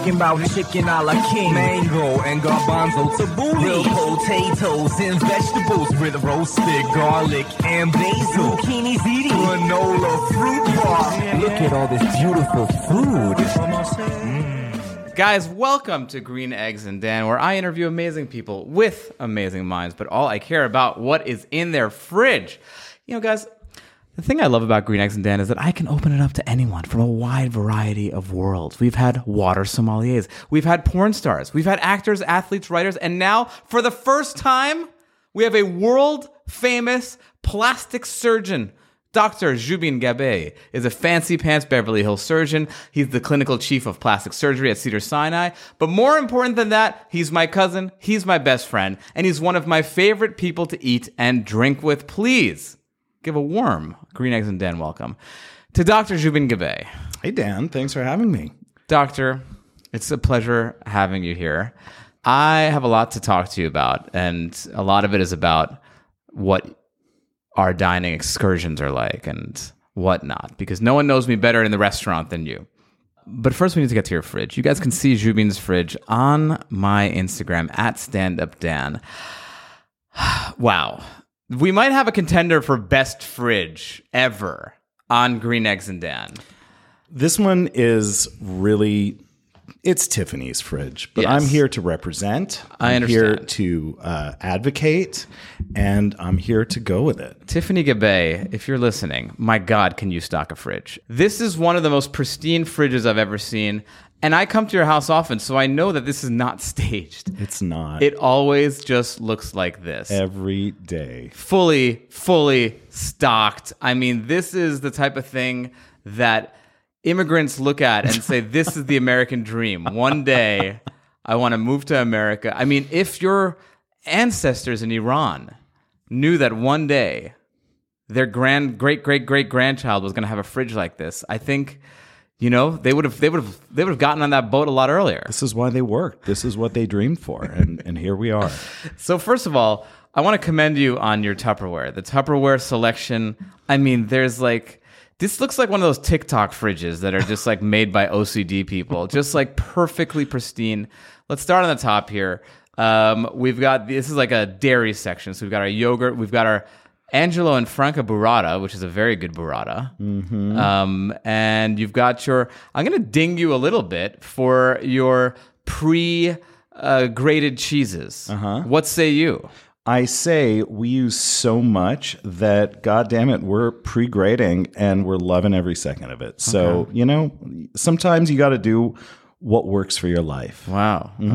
Talking about chicken a la king, mango and garbanzo tabbouleh, real potatoes and vegetables with roasted garlic and basil, zucchini ziti, granola fruit bar. Look at all this beautiful food. Guys, welcome to Green Eggs and Dan, where I interview amazing people with amazing minds, but all I care about what is in their fridge. You know, guys, the thing I love about Green Eggs and Dan is that I can open it up to anyone from a wide variety of worlds. We've had water sommeliers, we've had porn stars, we've had actors, athletes, writers, and now for the first time, we have a world famous plastic surgeon Dr. Jubin Gabe is a fancy pants Beverly Hills surgeon. He's the clinical chief of plastic surgery at Cedar Sinai. But more important than that, he's my cousin, he's my best friend, and he's one of my favorite people to eat and drink with. Please give a warm green eggs and Dan welcome to Dr. Jubin Gabe. Hey, Dan. Thanks for having me. Doctor, it's a pleasure having you here. I have a lot to talk to you about, and a lot of it is about what our dining excursions are like and whatnot, because no one knows me better in the restaurant than you. But first, we need to get to your fridge. You guys can see Jubin's fridge on my Instagram at standupdan. Wow. We might have a contender for best fridge ever on Green Eggs and Dan. This one is really it's Tiffany's fridge, but Yes. I'm here to represent. I I'm here understand. to uh, advocate, and I'm here to go with it. Tiffany Gabe, if you're listening, my God, can you stock a fridge? This is one of the most pristine fridges I've ever seen. And I come to your house often, so I know that this is not staged. It's not It always just looks like this every day. fully, fully stocked. I mean, this is the type of thing that immigrants look at and say, this is the American dream. One day I want to move to America. I mean, if your ancestors in Iran knew that one day their grand great great great grandchild was going to have a fridge like this, I think you know, they would have they would have they would have gotten on that boat a lot earlier. This is why they worked. This is what they dreamed for, and and here we are. So first of all, I want to commend you on your Tupperware. The Tupperware selection. I mean, there's like this looks like one of those TikTok fridges that are just like made by OCD people, just like perfectly pristine. Let's start on the top here. Um, we've got this is like a dairy section. So we've got our yogurt. We've got our Angelo and Franca burrata, which is a very good burrata. Um, and you've got your, I'm going to ding you a little bit for your pre uh, grated cheeses. Uh-huh. What say you? I say we use so much that god damn it, we're pre-grading and we're loving every second of it. So, you know, sometimes you gotta do what works for your life. Wow. Okay.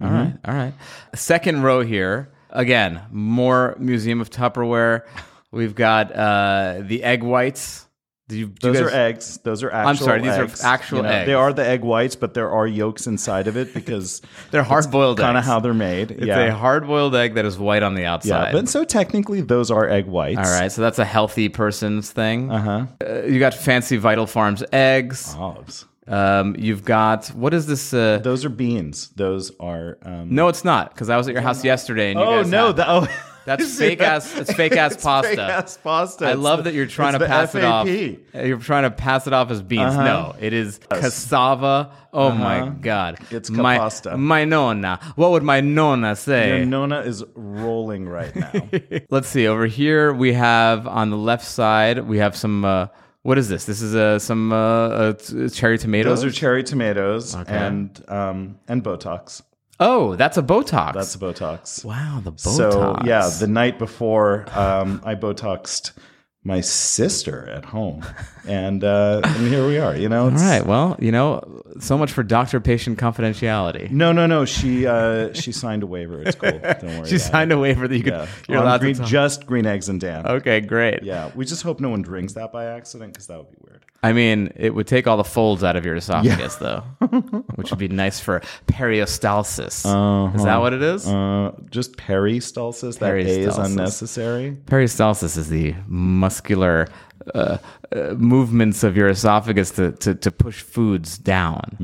All right. All right. Second row here. Again, more Museum of Tupperware. We've got uh, the egg whites. Do you, do you Those guys- are eggs. Those are actual. sorry, these are eggs. actual eggs. They are the egg whites, but there are yolks inside of it because They're hard-boiled Kind of eggs. how they're made. It's yeah, a hard boiled egg that is white on the outside. yeah. But so technically, those are egg whites. All right, so that's a healthy person's thing. Uh-huh. You got fancy Vital Farms Oh, eggs. Olives. Um, you've got what is this? Uh, Those are beans. Those are. Um, no, it's not because I was at your house yesterday and you Oh guys. no! had- The, oh, that's fake ass. It's fake ass It's pasta. fake-ass pasta. I It's love the- that you're trying it's to the pass it off. Uh, FAP. You're trying to pass it off as beans. Uh-huh. No, it is cassava. Oh my god! It's my capasta. my nonna. What would my nonna say? Your Nona is rolling right now. Let's see. Over here, we have on the left side, we have some uh, What is this? This is uh, some uh, uh, t- cherry tomatoes. Those are cherry tomatoes and um, and Botox. oh, that's a Botox. That's Botox. wow, the Botox. So yeah, the night before, um, I Botoxed my sister at home, and uh, and here we are. You know, it's, All right. Well, you know, so much for doctor-patient confidentiality. No, no, no. She uh, she signed a waiver. It's cool. Don't worry. She about signed a waiver that you could. It. Yeah. You're On allowed green, to. Talk. just green eggs and Dan. Okay, great. Yeah. We just hope no one drinks that by accident because that would be weird. I mean, it would take all the folds out of your esophagus, though, which would be nice for peristalsis. Is that what it is? Uh, just peristalsis. That A is Peristalsis. unnecessary. Peristalsis is the muscular uh, uh, movements of your esophagus to, to, to push foods down.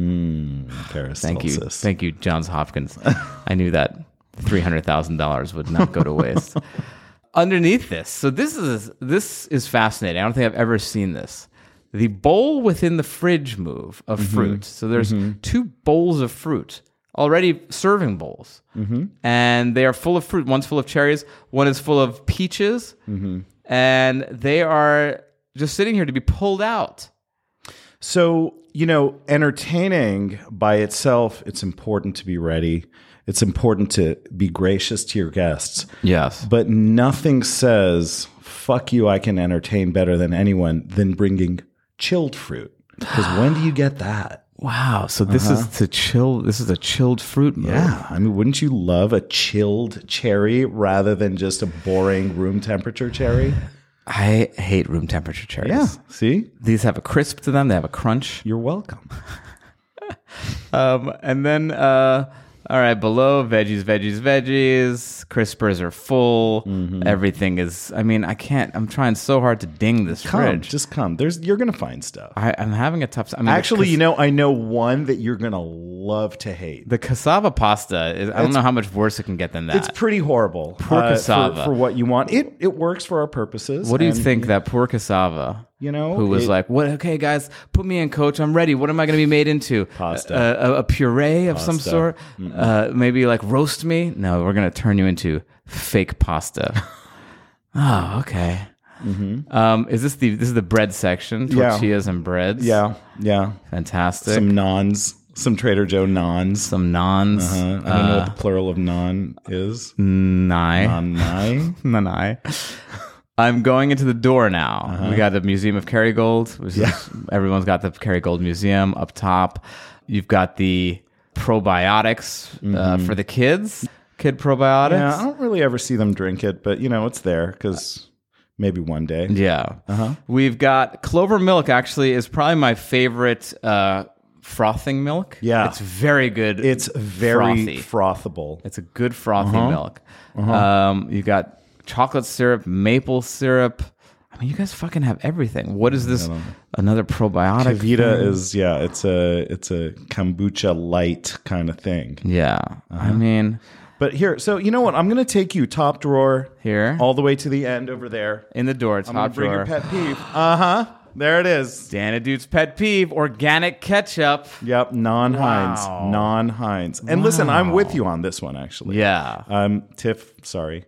Peristalsis. Thank you. Thank you, Johns Hopkins. I knew that $300,000 would not go to waste. Underneath this, so this is this is fascinating. I don't think I've ever seen this. The bowl within the fridge move of fruit. So there's two bowls of fruit already serving bowls, and they are full of fruit. One's full of cherries. One is full of peaches, and they are just sitting here to be pulled out. So, you know, entertaining by itself, it's important to be ready. It's important to be gracious to your guests. Yes. But nothing says, fuck you, I can entertain better than anyone than bringing chilled fruit. Because when do you get that? Wow. So this is to chill. This is a chilled fruit move. Yeah. I mean, wouldn't you love a chilled cherry rather than just a boring room temperature cherry? I hate room temperature cherries. Yeah. See? These have a crisp to them. They have a crunch. You're welcome. Um, and then, uh, all right, below veggies, veggies, veggies. Crispers are full. Everything is. I mean, I can't. I'm trying so hard to ding this Come, fridge. just come. There's you're gonna find stuff. I, I'm having a tough time. I mean, the Actually, cas- you know, I know one that you're gonna love to hate. the cassava pasta is. I don't know how much worse it can get than that. It's pretty horrible. uh, Poor for- cassava. For, what you want. It it works for our purposes. what do you and, think that poor cassava? You know, who was it- like, "What? Okay, guys, put me in, coach. I'm ready. What am I going to be made into? Pasta. a, a, a puree of some sort. Uh, maybe like roast me. No, we're going to turn you into fake pasta. oh, okay. Um, is this the this is the bread section? Mm-hmm. Yeah. Tortillas and breads. Yeah, yeah. fantastic. Some, Some nons, some Trader Joe nons. naans. Uh, I don't know what the plural of non is. Nai. Nai. than I. I'm going into the door now. Uh-huh. We got the Museum of Kerrygold, which is everyone's got the Kerrygold Museum up top. You've got the probiotics uh, Mm-hmm. for the kids, kid probiotics. Yeah, I don't really ever see them drink it, but you know, it's there because maybe one day. Yeah. Uh-huh. We've got Clover Milk, actually, is probably my favorite uh, frothing milk. Yeah. It's very good. It's Frothy. very frothable. It's a good frothy Uh-huh. milk. Um, you got chocolate syrup, maple syrup. I mean, you guys fucking have everything. What is this? Another probiotic? Kavita is yeah, it's a it's a kombucha light kind of thing. Yeah. I Uh-huh. mean, But here, so you know what? I'm gonna take you top drawer Here? all the way to the end over there. in the door, I'm gonna top bring drawer. your pet peeve. Uh huh. There it is. Dana Dude's pet peeve: organic ketchup. Yep. Non Heinz. Wow. Non Heinz. And listen, I'm with you on this one actually. Yeah. Um, Tiff. Sorry.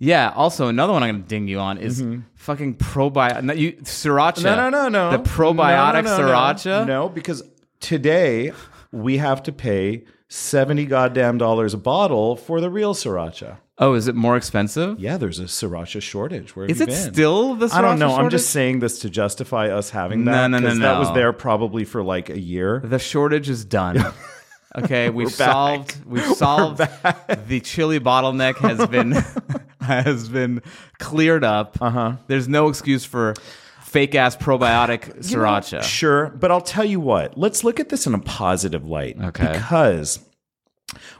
Yeah. Also, another one I'm gonna ding you on is fucking probiotic. No, you sriracha. Mm-hmm. No, no, no, no. The probiotic No, no, no, no. sriracha. No, because today we have to pay seventy goddamn dollars a bottle for the real sriracha. Oh, is it more expensive? Yeah, there's a sriracha shortage. Where have Is you it been? still the? Sriracha I don't know. I'm shortage? just saying this to justify us having No, that. no, no, 'cause That no. was there probably for like a year. The shortage is done. Okay, we've back. solved. We've solved. The chili bottleneck has been has been cleared up. Uh-huh. There's no excuse for fake ass probiotic sriracha. Sure, but I'll tell you what. Let's look at this in a positive light. Okay. Because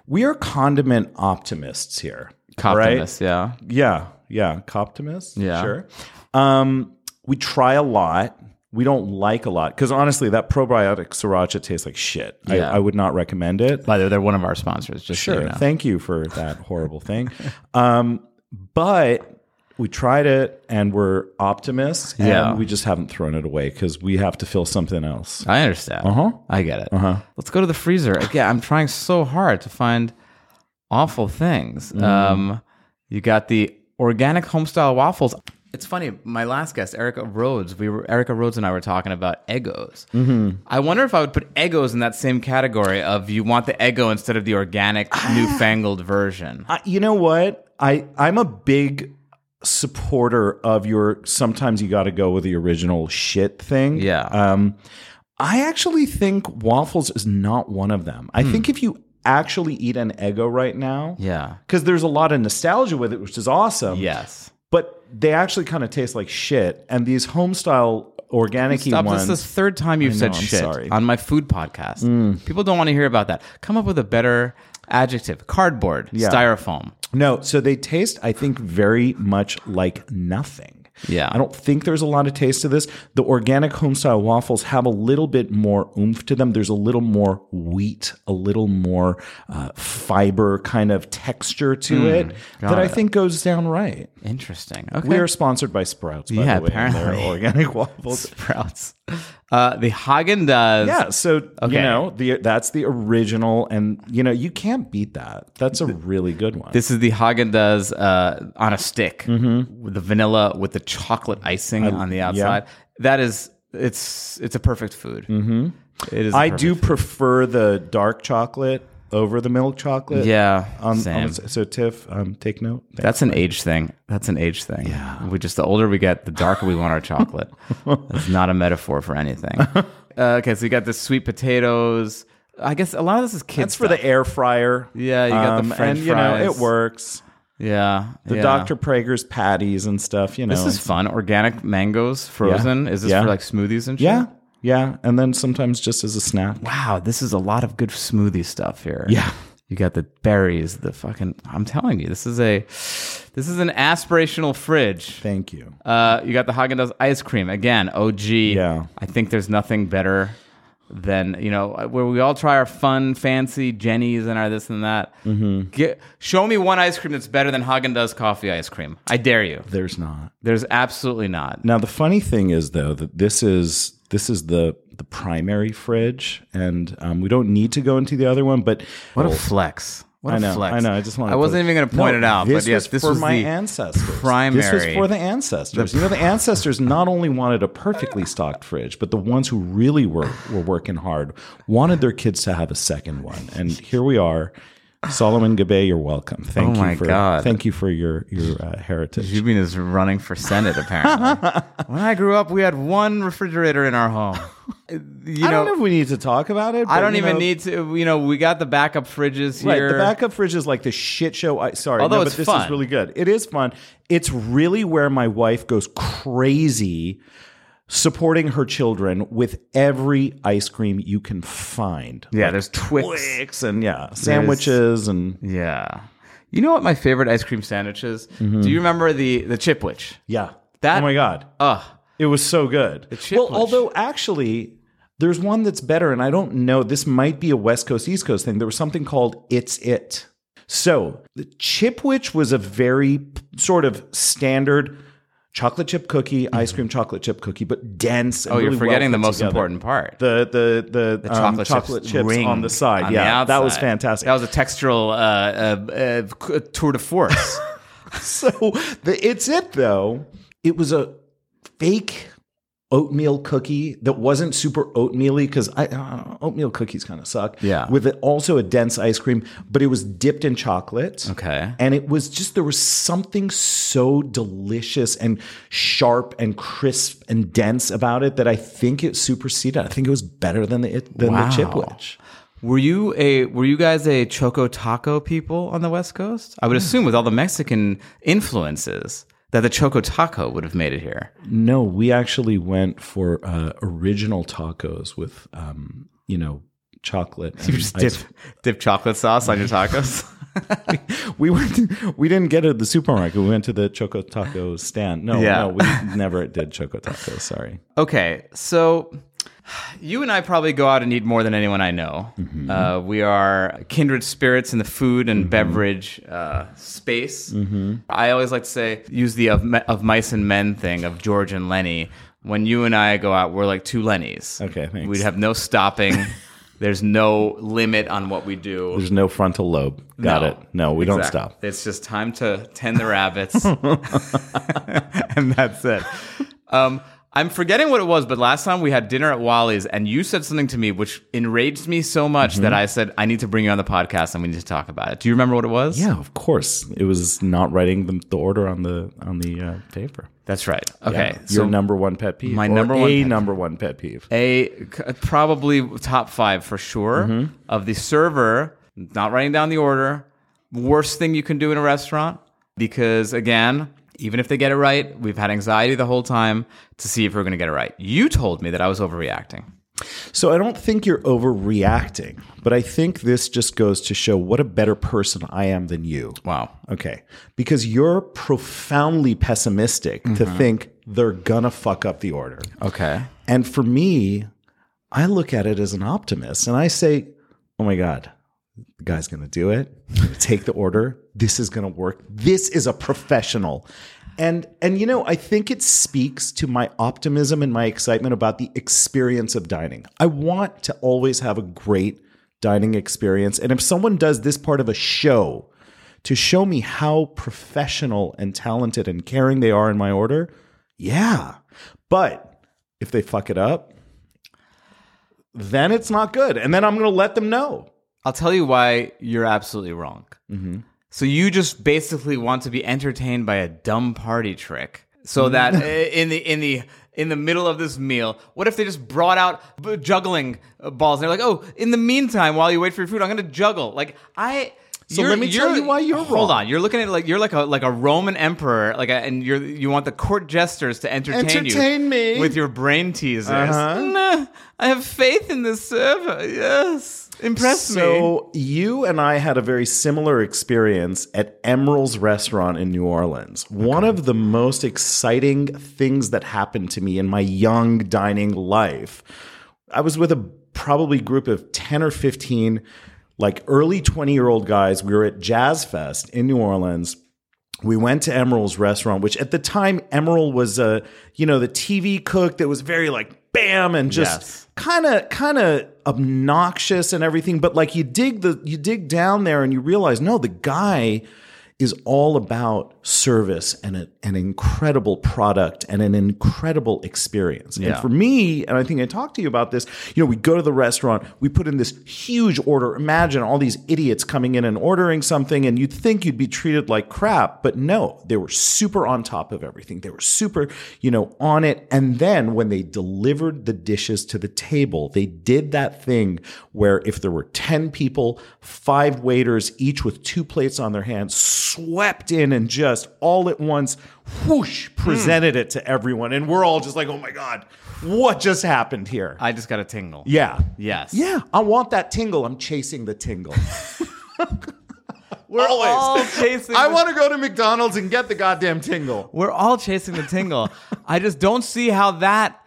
we are condiment optimists here. all right? Coptimus, yeah. Yeah. Yeah. Coptimists. Yeah. Sure. Um, we try a lot. We don't like a lot because honestly, that probiotic sriracha tastes like shit. Yeah. I, I would not recommend it. By the way, they're one of our sponsors. Just Sure. So you know. Thank you for that horrible thing. Um, but we tried it and we're optimists and Yeah. we just haven't thrown it away because we have to fill something else. I understand. Uh-huh. I get it. Uh-huh. Let's go to the freezer. Again, I'm trying so hard to find awful things. Um, you got the organic homestyle waffles. It's funny. My last guest, Erica Rhodes, we were Erica Rhodes and I were talking about egos. I wonder if I would put egos in that same category of you want the ego instead of the organic, newfangled version. I, you know what? I I'm a big supporter of your. Sometimes you got to go with the original shit thing. Yeah. Um, I actually think waffles is not one of them. I think if you actually eat an Eggo right now, Hmm. Yeah. because there's a lot of nostalgia with it, which is awesome. Yes. But they actually kind of taste like shit, and these homestyle organic Stop! This ones. is the third time you've said know, I'm shit sorry. Mm. on my food podcast. People don't want to hear about that. Come up with a better adjective: cardboard, styrofoam. No, so they taste, I think, very much like nothing. Yeah. I don't think there's a lot of taste to this. The organic homestyle waffles have a little bit more oomph to them. There's a little more wheat, a little more uh, fiber kind of texture to Mm, it that I think goes down right. Interesting. Okay. We are sponsored by Sprouts, by Yeah, the way. and their apparently. organic waffles. sprouts. Uh, the Haagen Dazs. Yeah, so Okay. you know the that's the original, and you know you can't beat that. That's a really good one. This is the Haagen Dazs uh, on a stick Mm-hmm. with the vanilla with the chocolate icing on the outside. That is, it's it's a perfect food. Mm-hmm. is. a I perfect do food. prefer the dark chocolate over the milk chocolate. Yeah, Um, same. um, so Tiff, um, take note. That's an age thing. That's an age thing. Yeah. We just the older we get, the darker we want our chocolate. It's not a metaphor for anything. Uh, okay, so you got the sweet potatoes. I guess a lot of this is kids. That's for the air fryer. Yeah, you got the french Um, and, you know, fries. it works. yeah. The Dr. Prager's patties and stuff, you know. This is fun. Organic mangoes frozen. Is this Yeah. for like smoothies and shit? yeah, yeah. And then sometimes just as a snack. Wow, this is a lot of good smoothie stuff here. Yeah. You got the berries, the fucking I'm telling you, this is a this is an aspirational fridge. Thank you. Uh, you got the Haagen Dazs ice cream again. OG. Yeah. I think there's nothing better than you know uh, where we all try our fun, fancy Jennies and our this and that. Mm-hmm. Get, show me one ice cream that's better than Haagen Dazs coffee ice cream. I dare you. There's not. There's absolutely not. Now the funny thing is though that this is this is the the primary fridge, and um, we don't need to go into the other one. But Oh, What a flex. What a I know, flex. I know. I just wanted. I wasn't even going to point it out, This but yes, was this for was my the ancestors. This was primary- for the ancestors. you know, the ancestors not only wanted a perfectly stocked fridge, but the ones who really were were working hard wanted their kids to have a second one. And here we are. Solomon Gabe, you're welcome. Thank Oh you my for God. thank you for your your uh, heritage. Jubin is running for Senate, apparently. when I grew up, we had one refrigerator in our home. You I know, don't know if we need to talk about it. I but, don't you even know, need to. You know, we got the backup fridges Right, here. the backup fridge is like the shit show. I sorry, Although no, it's but this fun. is really good. It is fun. It's really where my wife goes crazy supporting her children with every ice cream you can find. Yeah, Like there's Twix. Twix and yeah, sandwiches and Yeah. You know what my favorite ice cream sandwich is? Mm-hmm. Do you remember the the chipwich? yeah. That- oh my god, Ugh. it was so good. Well, chipwich. although actually. There's one that's better, and I don't know. This might be a West Coast, East Coast thing. There was something called It's It. So the Chipwich was a very p- sort of standard chocolate chip cookie, ice cream chocolate chip cookie, but dense. And Oh, you're really well forgetting the put most together. important part. The the the, um, chocolate, chocolate, chips, chips, ring on the side. on the yeah, that was outside. fantastic. That was a textural uh, uh, uh, tour de force. so the it's it though. It was a fake oatmeal cookie that wasn't super oatmealy because I, I don't know, oatmeal cookies kind of suck. Yeah. with it also a dense ice cream, but it was dipped in chocolate. Okay. and it was just there was something so delicious and sharp and crisp and dense about it that I think it superseded. I think it was better than the it, than Wow. the chipwich. were you a Were you guys a choco taco people on the West Coast? I would assume with all the Mexican influences that the choco taco would have made it here. No, we actually went for uh, original tacos with, um, you know, chocolate. You and just dip ice- dip chocolate sauce on your tacos. We went. To, we didn't get it at the supermarket. We went to the Choco Taco stand. No, Yeah. no, we never did Choco Tacos. Sorry. Okay, so you and I probably go out and eat more than anyone I know. Uh, we are kindred spirits in the food and beverage uh, space. I always like to say, use the of, me- of mice and men thing of George and Lenny. When you and I go out, we're like two Lennies. Okay, thanks. We'd have no stopping. There's no limit on what we do. There's no frontal lobe. Got No. it. No, we don't Exact- stop. It's just time to tend the rabbits, and that's it. Um, I'm forgetting what it was, but last time we had dinner at Wally's, and you said something to me which enraged me so much Mm-hmm. that I said I need to bring you on the podcast and we need to talk about it. Do you remember what it was? Yeah, of course. It was not writing the, the order on the on the uh, paper. that's right. Okay, Yeah. your number one pet peeve. my or number one a pet number one pet peeve. a c- probably top five for sure of the server not writing down the order. Worst thing you can do in a restaurant because again, even if they get it right, we've had anxiety the whole time to see if we're going to get it right. You told me that I was overreacting. So I don't think you're overreacting, but I think this just goes to show what a better person I am than you. Wow. Okay. Because you're profoundly pessimistic to think they're going to fuck up the order. Okay. And for me, I look at it as an optimist and I say, oh my God, the guy's going to do it. He's gonna Take the order. This is going to work. This is a professional. And, and you know, I think it speaks to my optimism and my excitement about the experience of dining. I want to always have a great dining experience. And if someone does this part of a show to show me how professional and talented and caring they are in my order, yeah. But if they fuck it up, then it's not good. And then I'm going to let them know. I'll tell you why you're absolutely wrong. Mm-hmm. So you just basically want to be entertained by a dumb party trick, so Mm-hmm. that uh, in the in the in the middle of this meal, what if they just brought out b- juggling uh, balls? And they're like, "Oh, in the meantime, while you wait for your food, I'm going to juggle." Like I. So you're- let me tell you why you're Hold wrong. on, you're looking at it like you're like a like a Roman emperor, like a, and you're you want the court jesters to entertain, you, Entertain me. Uh-huh. with your brain teasers. Nah, I have faith in this server. Yes, impress me. So you and I had a very similar experience at Emerald's restaurant in New Orleans. One of the most exciting things that happened to me in my young dining life. I was with a probably group of 10 or 15 like early 20 year old guys. We were at Jazz Fest in New Orleans. we went to Emerald's restaurant, which at the time Emerald was a you know the TV cook that was very like bam and Yes. just kind of kind of obnoxious and everything. But like you dig the you dig down there and you realize no, the guy is all about service and a, an incredible product and an incredible experience. And Yeah. for me, and I think I talked to you about this, you know, we go to the restaurant, we put in this huge order. Imagine all these idiots coming in and ordering something, and you'd think you'd be treated like crap, but no, they were super on top of everything. They were super, you know, on it. And then when they delivered the dishes to the table, they did that thing where if there were 10 people, five waiters, each with two plates on their hands, swept in and just all at once whoosh presented it to everyone and we're all just like oh my god what just happened here I just got a tingle. yeah Yes. yeah i want that tingle i'm chasing the tingle We're Always. all chasing. i the- want to go to mcdonald's and get the goddamn tingle We're all chasing the tingle. I just don't see how that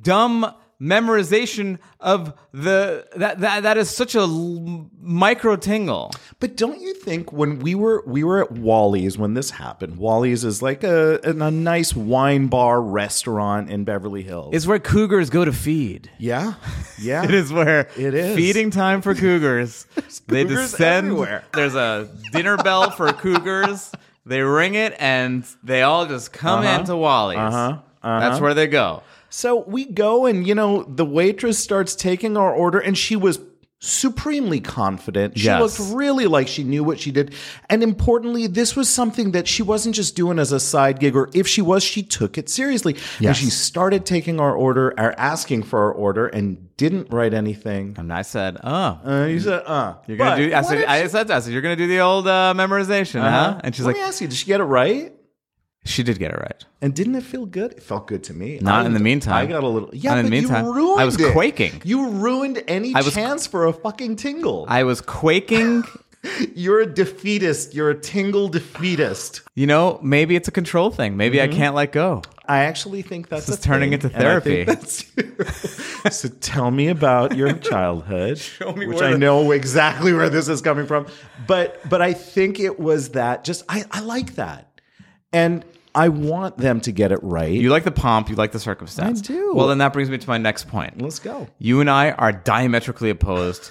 dumb memorization of the that that, that is such a l- micro tingle. but don't you think when we were we were at wally's when this happened wally's is like a, a, a nice wine bar restaurant in beverly hills It's where cougars go to feed. yeah yeah It is where It is. feeding time for cougars. they cougars descend. everywhere. There's a dinner bell for cougars. They ring it and they all just come into Wally's. Uh-huh. That's where they go. So we go, and you know, the waitress starts taking our order, and she was supremely confident. She Yes. looked really like she knew what she did. And importantly, this was something that she wasn't just doing as a side gig, or if she was, she took it seriously. And Yes. she started taking our order, or asking for our order, and didn't write anything. And I said, "Oh, And you said, uh. You're gonna But do. I what said, if I she- Uh-huh. said, to her, I said, you're gonna do the old uh, memorization, huh? And she's Let like, me ask you, did she get it right? she did get it right. And didn't it feel good? It felt good to me. Not I- in the meantime. I got a little. Yeah, Not in but the meantime. you ruined I was it. quaking. You ruined any I was- chance for a fucking tingle. I was quaking. You're a defeatist. You're a tingle defeatist. you know, maybe it's a control thing. Maybe Mm-hmm. I can't let go. I actually think that's This a is turning thing, into and I think therapy. that's you. so tell me about your childhood, me which where I the- know exactly where this is coming from. But but I think it was that. Just I I like that, and I want them to get it right. You like the pomp, you like the circumstance. I do. Well, then that brings me to my next point. Let's go. You and I are diametrically opposed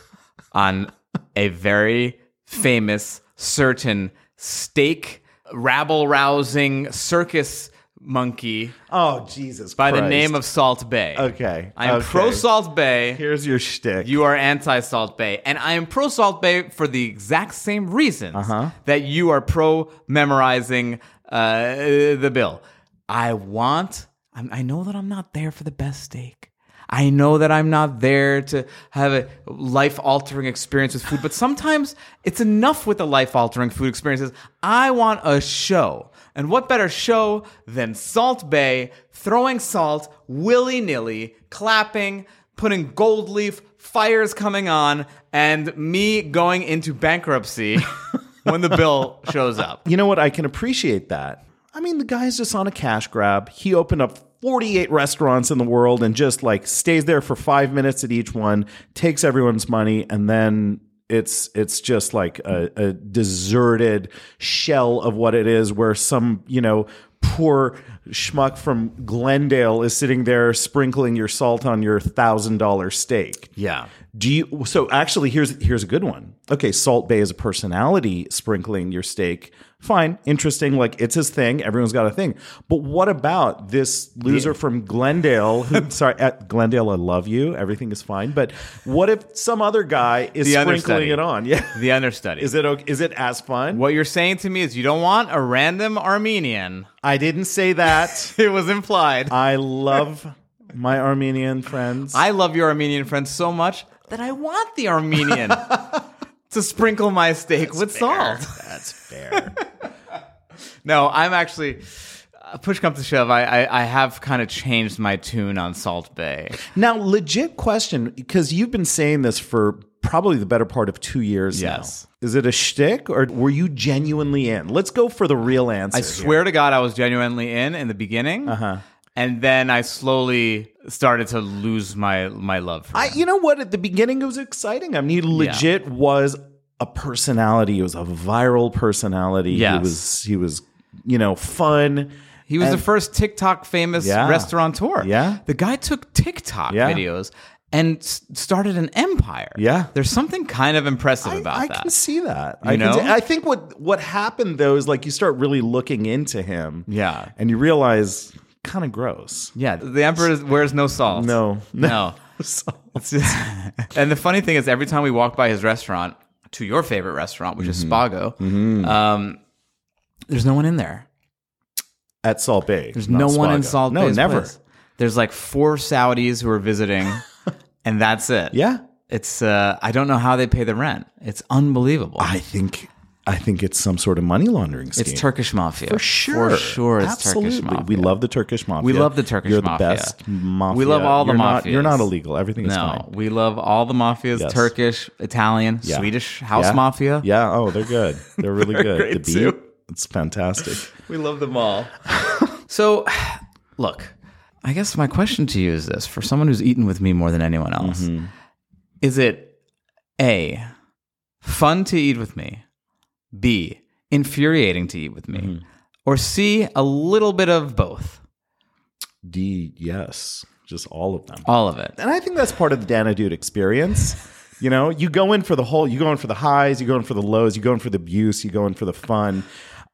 on a very famous, certain stake, rabble rousing circus monkey Oh Jesus! by the name of Salt Bay. Okay, I'm okay. pro Salt Bay. here's your shtick. You are anti Salt Bay, and I am pro Salt Bay for the exact same reasons Uh-huh. that you are pro memorizing uh, the bill. I want. I'm, I know that I'm not there for the best steak. I know that I'm not there to have a life altering experience with food, but sometimes it's enough with the life altering food experiences. I want a show. And what better show than Salt Bay throwing salt willy nilly, clapping, putting gold leaf, fires coming on, and me going into bankruptcy when the bill shows up. you know what? I can appreciate that. I mean, the guy's just on a cash grab. He opened up 48 restaurants in the world and just like stays there for five minutes at each one, takes everyone's money, and then it's it's just like a, a deserted shell of what it is, where some you know poor schmuck from Glendale is sitting there sprinkling your salt on your thousand dollar steak. Yeah. Do you so actually here's here's a good one. Okay, Salt Bay is a personality sprinkling your steak. Fine, interesting, like it's his thing, everyone's got a thing. But what about this loser from Glendale who sorry, at Glendale I love you, everything is fine, but what if some other guy is The sprinkling understudy. it on? Yeah. The understudy. Is it okay? is it as fun? what you're saying to me is you don't want a random Armenian. I didn't say that. It was implied. I love my Armenian friends. I love your Armenian friends so much that I want the Armenian to sprinkle my steak with salt. That's fair. No, I'm actually. uh, Push comes to shove, I, I, I have kind of changed my tune on Salt Bay. Now, legit question, because you've been saying this for probably the better part of two years Yes. now. Is it a shtick or were you genuinely in? Let's go for the real answer. I swear to God, I was genuinely in in the beginning, Uh-huh. and then I slowly started to lose my my love for. I, it. you know what? At the beginning, it was exciting. I mean, he legit was a personality. He was a viral personality. He Yes. was, he was, you know, fun. He was the And- first TikTok famous Yeah. restaurateur. Yeah. the guy took TikTok Yeah. videos and s- started an empire. Yeah. there's something kind of impressive I, about I that. can see that. I, know? Can see, I think what what happened though is like you start really looking into him. Yeah. and you realize kind of gross. yeah, the emperor wears no salt. No, no. So- It's just- and the funny thing is, every time we walk by his restaurant, to your favorite restaurant, which Mm-hmm. is Spago, um, there's no one in there. at Salt Bay. There's no one in Salt No, Bay's never. place. There's like four Saudis who are visiting, and that's it. Yeah, It's uh, I don't know how they pay the rent. It's unbelievable. I think I think it's some sort of money laundering scheme. it's Turkish mafia for sure. For sure, it's Absolutely. Turkish mafia. We love the Turkish mafia. We love the Turkish You're the mafia. best mafia. We love all the you're Not, mafias. you're not illegal. Everything is no, fine. we love all the mafias: Yes. Turkish, Italian, Yeah. Swedish house Yeah. mafia. Yeah. Oh, they're good. They're really good. great the beat. too. It's fantastic. We love them all. so, look, I guess my question to you is this for someone who's eaten with me more than anyone else, is it A, fun to eat with me, B, infuriating to eat with me, or C, a little bit of both? D. Yes. Just all of them. All of it. and I think that's part of the Dana Dude experience. You know, you go in for the whole, you go in for the highs, you go in for the lows, you go in for the abuse, you go in for the fun.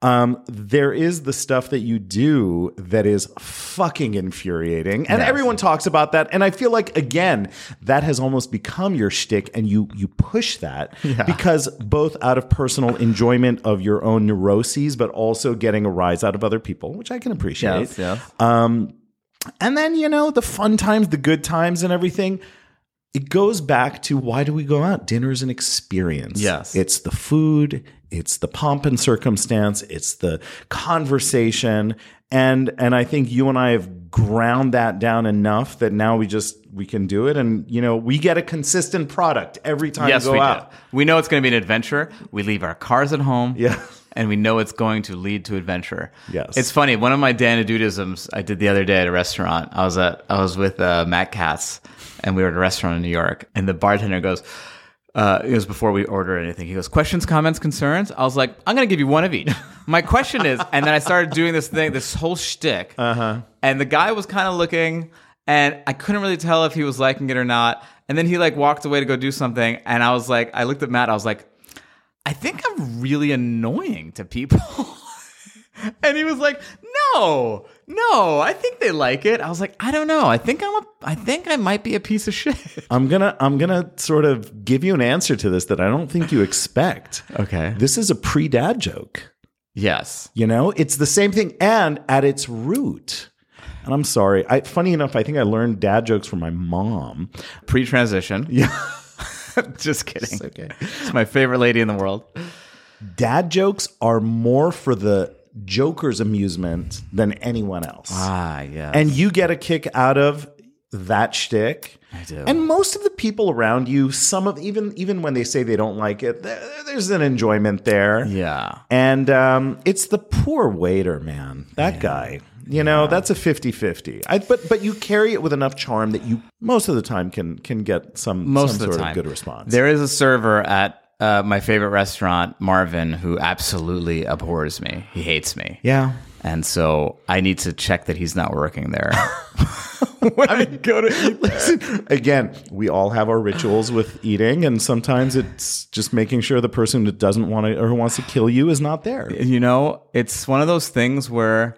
Um, there is the stuff that you do that is fucking infuriating, and everyone talks about that. And I feel like again, that has almost become your shtick, and you you push that because both out of personal enjoyment of your own neuroses, but also getting a rise out of other people, which I can appreciate. And then, you know, the fun times, the good times, and everything. It goes back to why do we go out? Dinner is an experience. Yes. It's the food, it's the pomp and circumstance, it's the conversation. And and I think you and I have ground that down enough that now we just we can do it and you know, we get a consistent product every time Yes, we go we out. do. We know it's going to be an adventure. We leave our cars at home. Yeah. And we know it's going to lead to adventure. Yes. It's funny. One of my Dana Dudisms I did the other day at a restaurant. I was at I was with uh, Matt Katz, and we were at a restaurant in New York, and the bartender goes. uh, it was before we order anything. He goes, questions, comments, concerns. I was like, I'm gonna give you one of each. My question is, and then I started doing this thing, this whole shtick. Uh-huh. And the guy was kind of looking, and I couldn't really tell if he was liking it or not. And then he like walked away to go do something, and I was like, I looked at Matt. I was like, I think I'm really annoying to people. and he was like, "No, no, I think they like it." I was like, "I don't know. I think I'm a. I think I might be a piece of shit." I'm gonna I'm gonna sort of give you an answer to this that I don't think you expect. Okay. This is a pre-dad joke. Yes. You know, it's the same thing, and at its root. And I'm sorry. I, funny enough, I think I learned dad jokes from my mom. Pre-transition. Yeah. Just kidding. It's my favorite lady in the world. Dad jokes are more for the joker's amusement than anyone else. Ah, yeah. and you get a kick out of that shtick. I do. And most of the people around you, some of even even when they say they don't like it, there, there's an enjoyment there. yeah. And um, it's the poor waiter, man. That guy. You know, that's a 50-50. I, but but you carry it with enough charm that you most of the time can can get some Most some of the sort time, of good response. There is a server at uh, my favorite restaurant, Marvin, who absolutely abhors me. He hates me. yeah. And so I need to check that he's not working there. when I go to eat Listen, again, we all have our rituals with eating, and sometimes it's just making sure the person that doesn't want to or who wants to kill you is not there. you know, it's one of those things where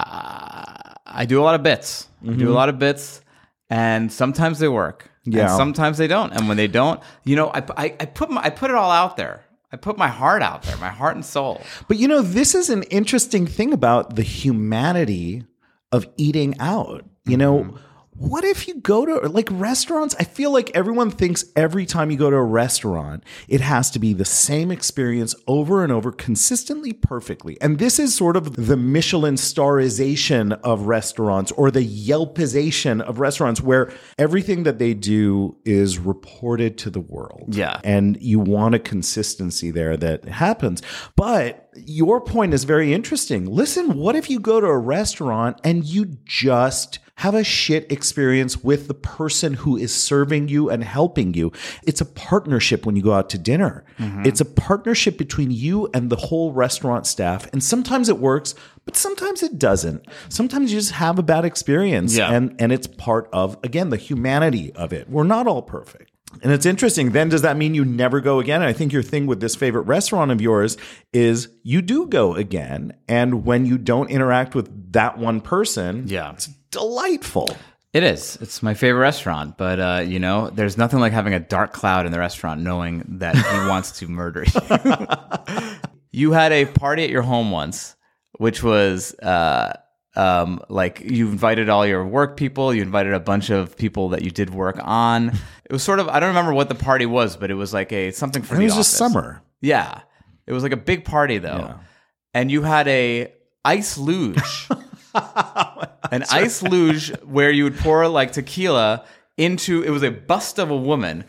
uh, I do a lot of bits. I do a lot of bits, and sometimes they work. And Yeah. sometimes they don't. And when they don't, you know, I, I, I put my, I put it all out there. I put my heart out there, my heart and soul. But you know, this is an interesting thing about the humanity of eating out. You know, what if you go to like restaurants? I feel like everyone thinks every time you go to a restaurant, it has to be the same experience over and over consistently perfectly. And this is sort of the Michelin starization of restaurants or the Yelpization of restaurants where everything that they do is reported to the world Yeah. and you want a consistency there that happens. But your point is very interesting. Listen, what if you go to a restaurant and you just have a shit experience with the person who is serving you and helping you? It's a partnership when you go out to dinner. It's a partnership between you and the whole restaurant staff. And sometimes it works, but sometimes it doesn't. Sometimes you just have a bad experience. Yeah. And and it's part of again the humanity of it. We're not all perfect. And it's interesting. Then does that mean you never go again? I think your thing with this favorite restaurant of yours is you do go again, and when you don't interact with that one person, Yeah. it's delightful. It is. It's my favorite restaurant, but uh, you know, there's nothing like having a dark cloud in the restaurant knowing that he wants to murder you. you had a party at your home once, which was uh, um, like you invited all your work people, you invited a bunch of people that you did work on. It was sort of I don't remember what the party was, but it was like a something for And the it was just office. summer. Yeah. It was like a big party though. And you had a ice luge. an ice luge where you would pour like tequila into it was a bust of a woman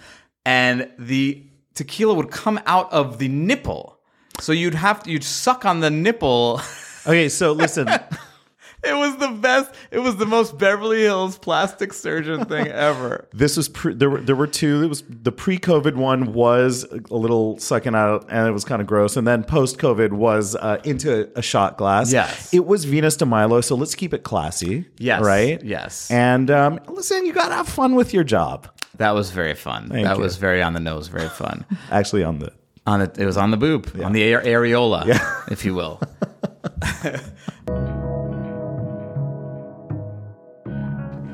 and the tequila would come out of the nipple. So you'd have to, you'd suck on the nipple. Okay, so listen, It was the best. It was the most Beverly Hills plastic surgeon thing ever. this was pre, there. Were, there were two. It was the pre-COVID one was a little sucking out, and it was kind of gross. And then post-COVID was uh, into a shot glass. Yes. it was Venus de Milo. So let's keep it classy. Yes. right. Yes. and um, listen, you gotta have fun with your job. That was very fun. that you. was very on the nose, very fun. Actually, on the on the, it was on the boob, on the air, areola, if you will.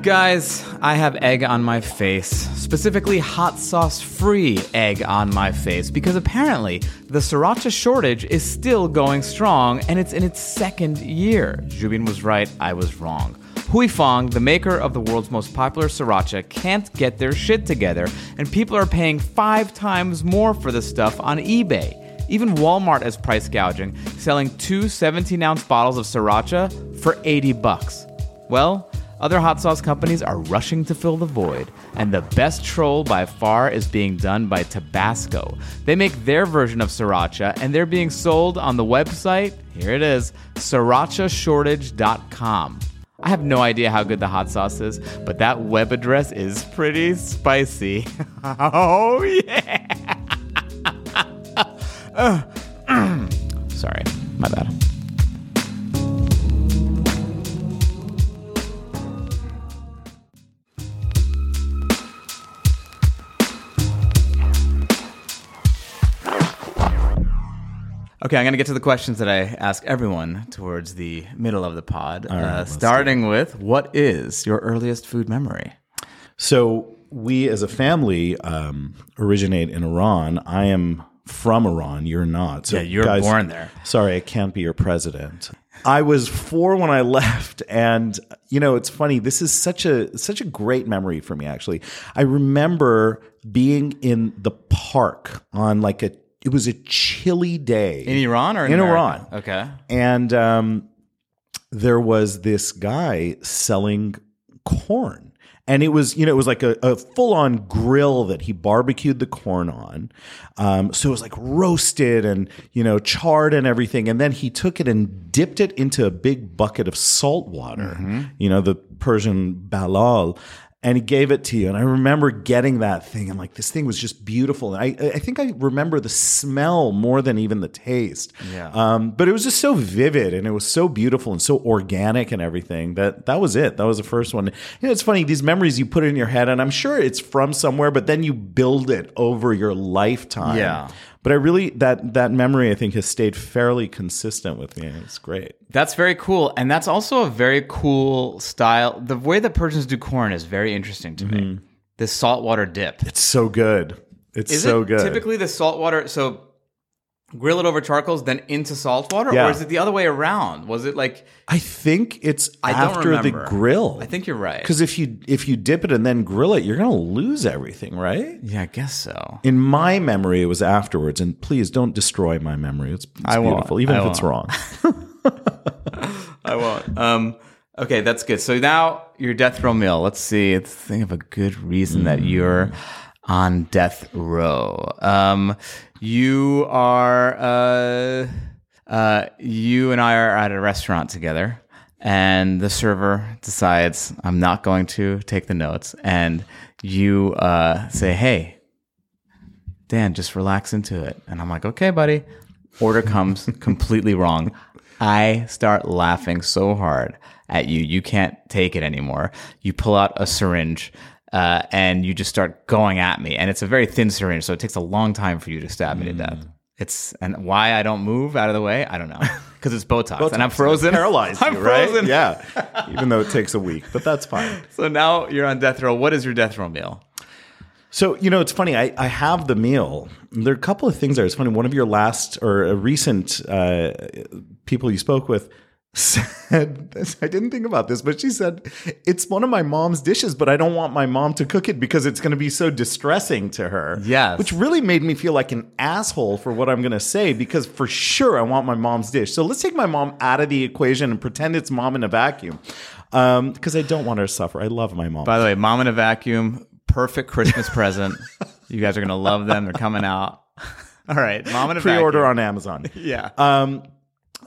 Guys, I have egg on my face, specifically hot sauce free egg on my face, because apparently the sriracha shortage is still going strong and it's in its second year. Jubin was right, I was wrong. Hui Fong, the maker of the world's most popular sriracha, can't get their shit together, and people are paying five times more for this stuff on eBay. Even Walmart is price gouging, selling two 17 ounce bottles of sriracha for 80 bucks. Well, other hot sauce companies are rushing to fill the void, and the best troll by far is being done by Tabasco. They make their version of sriracha, and they're being sold on the website, here it is, srirachashortage.com. I have no idea how good the hot sauce is, but that web address is pretty spicy. oh, yeah! Sorry, my bad. Okay, I'm going to get to the questions that I ask everyone towards the middle of the pod. uh, starting with, what is your earliest food memory? So we, as a family, um, originate in Iran. I am from Iran. You're not. So Yeah, you were guys- born there. Sorry, I can't be your president. I was four when I left, and you know it's funny. This is such a such a great memory for me. Actually, I remember being in the park on like a it was a chilly day In Iran or in, in America? Iran Okay. and um, there was this guy selling corn and it was you know it was like a, a full-on grill that he barbecued the corn on um, so it was like roasted and you know charred and everything and then he took it and dipped it into a big bucket of salt water Mm-hmm. you know the persian balal and he gave it to you and i remember getting that thing and like this thing was just beautiful and i, I think i remember the smell more than even the taste Yeah. um, but it was just so vivid and it was so beautiful and so organic and everything that that was it. That was the first one. You know, it's funny, these memories you put in your head, and I'm sure it's from somewhere, but then you build it over your lifetime. Yeah. But I really that that memory I think has stayed fairly consistent with me. It's great. That's very cool. And that's also a very cool style. The way that Persians do corn is very interesting to me. The saltwater dip. It's so good. It's Is so it good. typically the saltwater? So grill it over charcoals, then into saltwater? Yeah. Or is it the other way around? Was it like, I think it's I don't after the remember. grill. I think you're right. because if you if you dip it and then grill it, you're gonna lose everything, right? Yeah, I guess so. in my memory it was afterwards and please don't destroy my memory it's, it's I won't. beautiful even I if it's wrong I won't. Um, okay, that's good. So now your death row meal. Let's see. Let's think of a good reason that you're on death row. Um, you are. Uh, uh, you and I are at a restaurant together, and the server decides I'm not going to take the notes, and you uh, say, "Hey, Dan, just relax into it. And I'm like, okay, buddy. Order comes completely wrong. I start laughing so hard at you. You can't take it anymore. You pull out a syringe uh, and you just start going at me. And it's a very thin syringe, so it takes a long time for you to stab me to Hmm. death. It's and why I don't move out of the way, I don't know. Because it's Botox, and I'm frozen. paralyzed I'm you, right frozen. yeah even though it takes a week but that's fine So now you're on death row. What is your death row meal? So you know, it's funny. I, I have the meal. There are a couple of things there. It's funny. One of your last or a recent uh, people you spoke with said, "I didn't think about this," but she said, "It's one of my mom's dishes, but I don't want my mom to cook it because it's going to be so distressing to her." Yes. which really made me feel like an asshole for what I'm going to say because for sure I want my mom's dish. So let's take my mom out of the equation and pretend it's mom in a vacuum. Um, because I don't want her to suffer. I love my mom. By the way, Mom in a Vacuum, perfect Christmas present. You guys are gonna love them. They're coming out. All right, Mom in a Pre-order Vacuum. on Uh, Amazon. Yeah.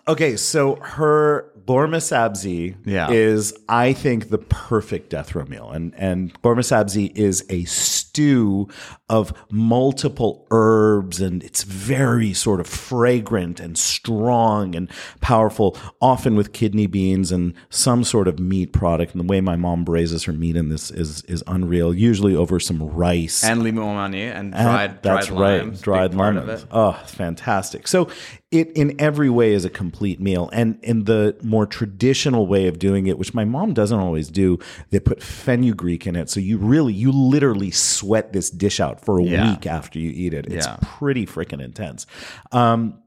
Okay, so her Gorma Sabzi Yeah. is, I think, the perfect death row meal, and and Gorma Sabzi is a stew of multiple herbs, and it's very sort of fragrant and strong and powerful, often with kidney beans and some sort of meat product. And the way my mom braises her meat in this is is unreal. Usually over some rice and lemon Omani and and dried. Uh, that's dried right, limes, dried big part of lemons. it. Oh, fantastic! So it in every way is a complete meal, and in the more traditional way of doing it, which my mom doesn't always do, they put fenugreek in it. So you really, you literally sweat this dish out for a Yeah. week after you eat it. It's Yeah. pretty freaking intense. Um,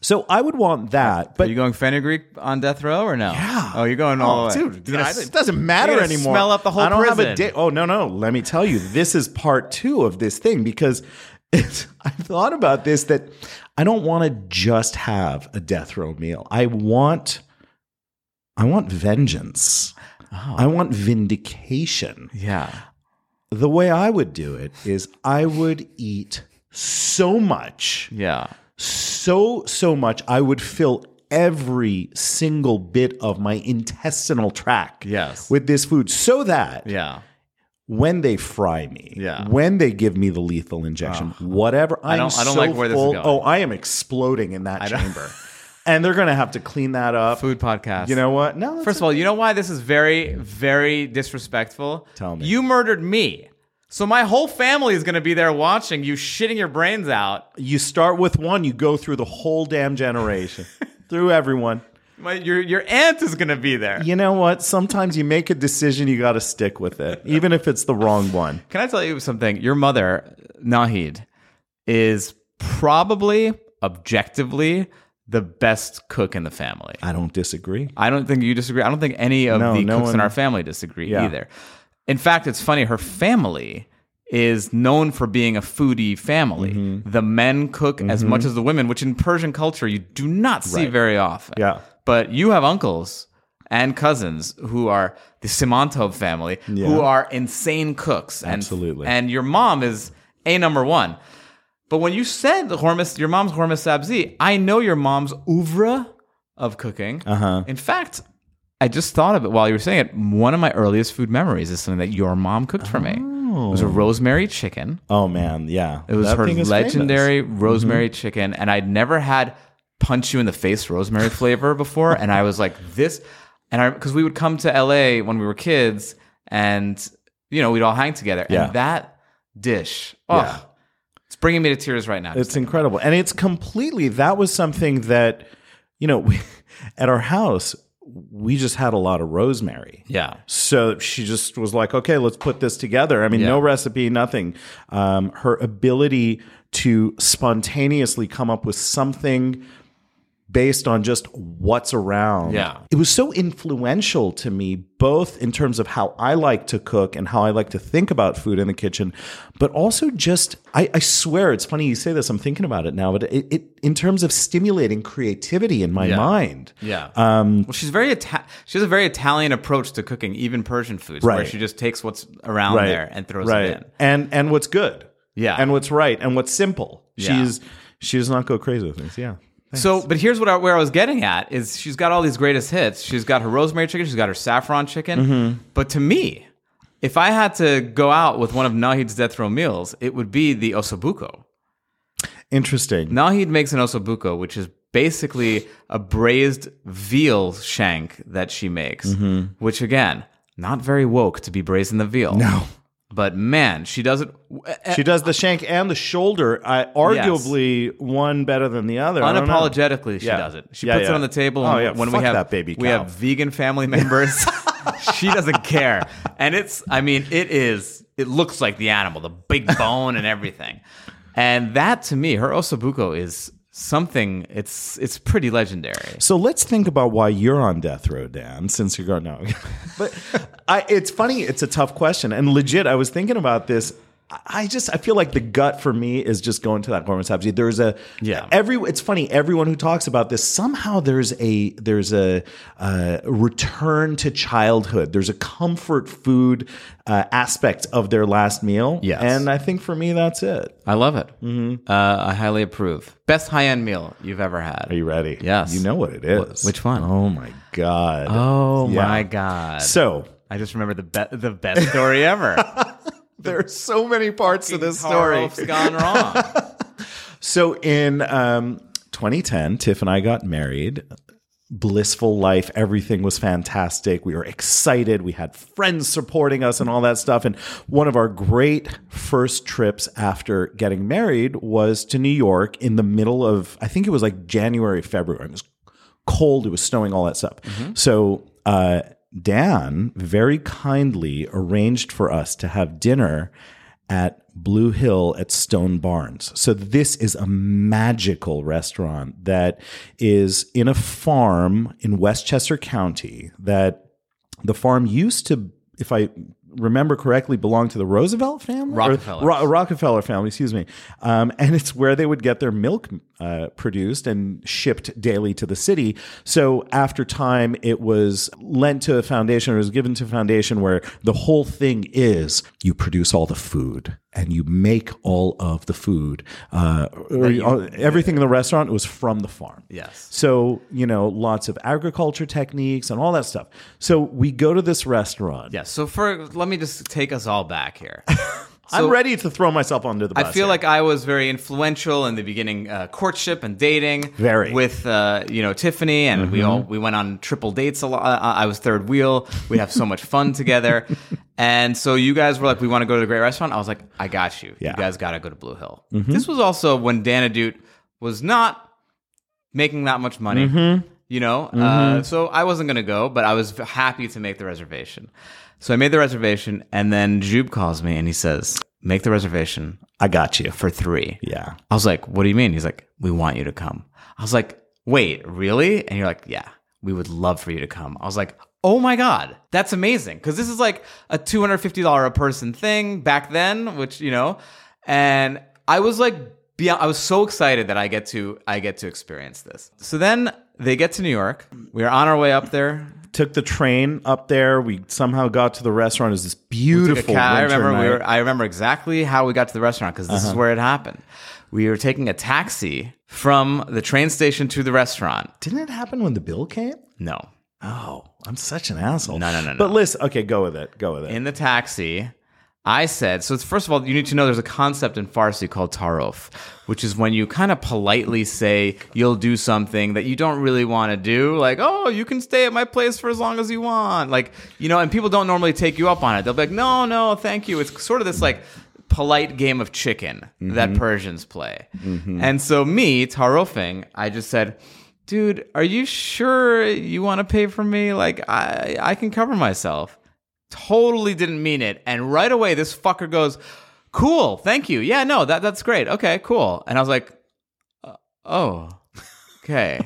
so I would want that, Are but you going fenugreek on death row or no? Yeah. Oh, you're going all Oh, the way. dude, You're gonna- yes, it doesn't matter you're gonna anymore. Smell up the whole I don't prison. have a di- Oh no, no. Let me tell you, this is part two of this thing because it's, I thought about this that I don't want to just have a death row meal. I want, I want vengeance. Oh. I want vindication. Yeah. The way I would do it is I would eat so much Yeah. so so much i would fill every single bit of my intestinal tract Yes. with this food so that Yeah. when they fry me, Yeah. when they give me the lethal injection, whatever. I'm I don't- I don't so like where this is full- going. Oh, I am exploding in that chamber, and they're gonna have to clean that up. Food podcast. You know what? No. that's First of all, you know why this is very, very disrespectful? Tell me. You murdered me. So my whole family is going to be there watching you shitting your brains out. You start with one, you go through the whole damn generation, through everyone. My, your, your aunt is going to be there. You know what? Sometimes you make a decision, you got to stick with it, even if it's the wrong one. Can I tell you something? Your mother, Nahid, is probably objectively the best cook in the family. I don't disagree. I don't think you disagree. I don't think any of No, the no cooks in one- our family disagree Yeah. either. In fact, it's funny. Her family is known for being a foodie family. Mm-hmm. The men cook as much as the women, which in Persian culture you do not see very often. Yeah. But you have uncles and cousins who are the Simantov family, who are insane cooks. And, Absolutely. And your mom is a number one. But when you said the hormis, your mom's hormis sabzi, I know your mom's oeuvre of cooking. Uh-huh. In fact, I just thought of it while you were saying it. One of my earliest food memories is something that your mom cooked for me. It was a rosemary chicken. Oh man, yeah. It was That her thing is Mm-hmm. legendary rosemary chicken, and I'd never had punch you in the face rosemary flavor before, and I was like this, and I because we would come to L.A. when we were kids, and you know we'd all hang together, Yeah. and that dish, oh, Yeah. it's bringing me to tears right now. It's incredible. And it's completely, that was something that, you know, we, at our house, we just had a lot of rosemary. yeah, So she just was like, okay, let's put this together. I mean, no recipe, nothing. Um, her ability to spontaneously come up with something based on just what's around. Yeah. It was so influential to me, both in terms of how I like to cook and how I like to think about food in the kitchen, but also just, I, I swear, it's funny you say this, I'm thinking about it now, but it, it in terms of stimulating creativity in my mind. yeah. Um, well, she's very Ita- she has a very Italian approach to cooking, even Persian foods, where Right. she just takes what's around there and throws right. it in. And and what's good. Yeah. And what's right and what's simple. Yeah. She's she does not go crazy with things. Yeah. So, but here's what I, where I was getting at is she's got all these greatest hits. She's got her rosemary chicken. She's got her saffron chicken. But to me, if I had to go out with one of Nahid's death row meals, it would be the osobuco. Interesting. Nahid makes an osobuco, which is basically a braised veal shank that she makes, which again, not very woke to be braising the veal. No. But man, she does it She does the shank and the shoulder. I arguably one better than the other. I don't know. unapologetically she Yeah. does it she Yeah, puts it yeah. on the table Oh, when- yeah. when we Fuck have that baby we cow. have vegan family members she doesn't care and it's i mean it is it looks like the animal the big bone and everything and that to me her osobuco is something it's it's pretty legendary So let's think about why you're on death row, Dan, since you're going no. but I, it's funny, it's a tough question. And legit, I was thinking about this. I- I just I feel like the gut for me is just going to that Gorman Sabzi. There's a Yeah. Every it's funny everyone who talks about this somehow there's a there's a uh, return to childhood. There's a comfort food uh, aspect of their last meal. Yes. and I think for me that's it. i love it mm-hmm. uh, i highly approve best high-end meal you've ever had Are you ready? Yes. you know what it is. which one? Oh my god. oh Yeah. my god So i just remember the, be- the best story ever There are so many parts to this Taro story. has gone wrong So in um, 2010, Tiff and I got married. Blissful life. Everything was fantastic. We were excited. We had friends supporting us and all that stuff. And one of our great first trips after getting married was to New York in the middle of, I think it was like January, February. It was cold. It was snowing, all that stuff. So uh, Dan very kindly arranged for us to have dinner at Blue Hill at Stone Barns. So this is a magical restaurant that is in a farm in Westchester County that the farm used to, if I remember correctly, belonged to the Roosevelt family, Or- Rockefeller. Ro- Rockefeller family, excuse me. Um, and it's where they would get their milk uh, produced and shipped daily to the city. So after time, it was lent to a foundation, or was given to a foundation where the whole thing is you produce all the food and you make all of the food. Uh, or, uh, everything in the restaurant was from the farm. Yes. So, you know, lots of agriculture techniques and all that stuff. So we go to this restaurant. Yeah. So for let me just take us all back here. I'm ready to throw myself under the bus. I feel here. like I was very influential in the beginning uh, courtship and dating. Very. Mm-hmm. with uh, you know Tiffany, and we all we went on triple dates a lot. I I was third wheel. We'd have so much fun together, and so you guys were like, "We want to go to the great restaurant." I was like, "I got you. Yeah. Mm-hmm. You guys got to go to Blue Hill." This was also when Dana Dute was not making that much money. You know, uh, so I wasn't gonna go, but I was happy to make the reservation. So I made the reservation, and then Jube calls me and he says, "Make the reservation I got you. for three. Yeah. I was like, what do you mean? He's like, we want you to come. I was like, wait, really? And you're like, yeah, we would love for you to come. I was like, oh my God, that's amazing. Cause this is like a $250 a person thing back then, which, you know, and I was like, beyond, I was so excited that I get to, I get to experience this. So then they get to New York. We are on our way up there. Took the train up there. We somehow got to the restaurant. It was this took a beautiful cab. I winter remember we night. Uh-huh. were, I remember exactly how we got to the restaurant because this is where it happened. We were taking a taxi from the train station to the restaurant. Didn't it happen when the bill came? No. Oh, I'm such an asshole. No, no, no, no. But listen, okay, go with it. Go with it. In the taxi, I said, so it's- first of all, you need to know there's a concept in Farsi called tarof, which is when you kind of politely say you'll do something that you don't really want to do. Like, oh, you can stay at my place for as long as you want. Like, you know, and people don't normally take you up on it. They'll be like, no, no, thank you. It's sort of this like polite game of chicken that Persians play. And so, me, tarofing, I just said, dude, are you sure you want to pay for me? Like, I, I can cover myself totally didn't mean it. And right away, this fucker goes, "Cool, thank you. Yeah, no, that that's great. Okay, cool." And I was like, uh, "Oh, okay,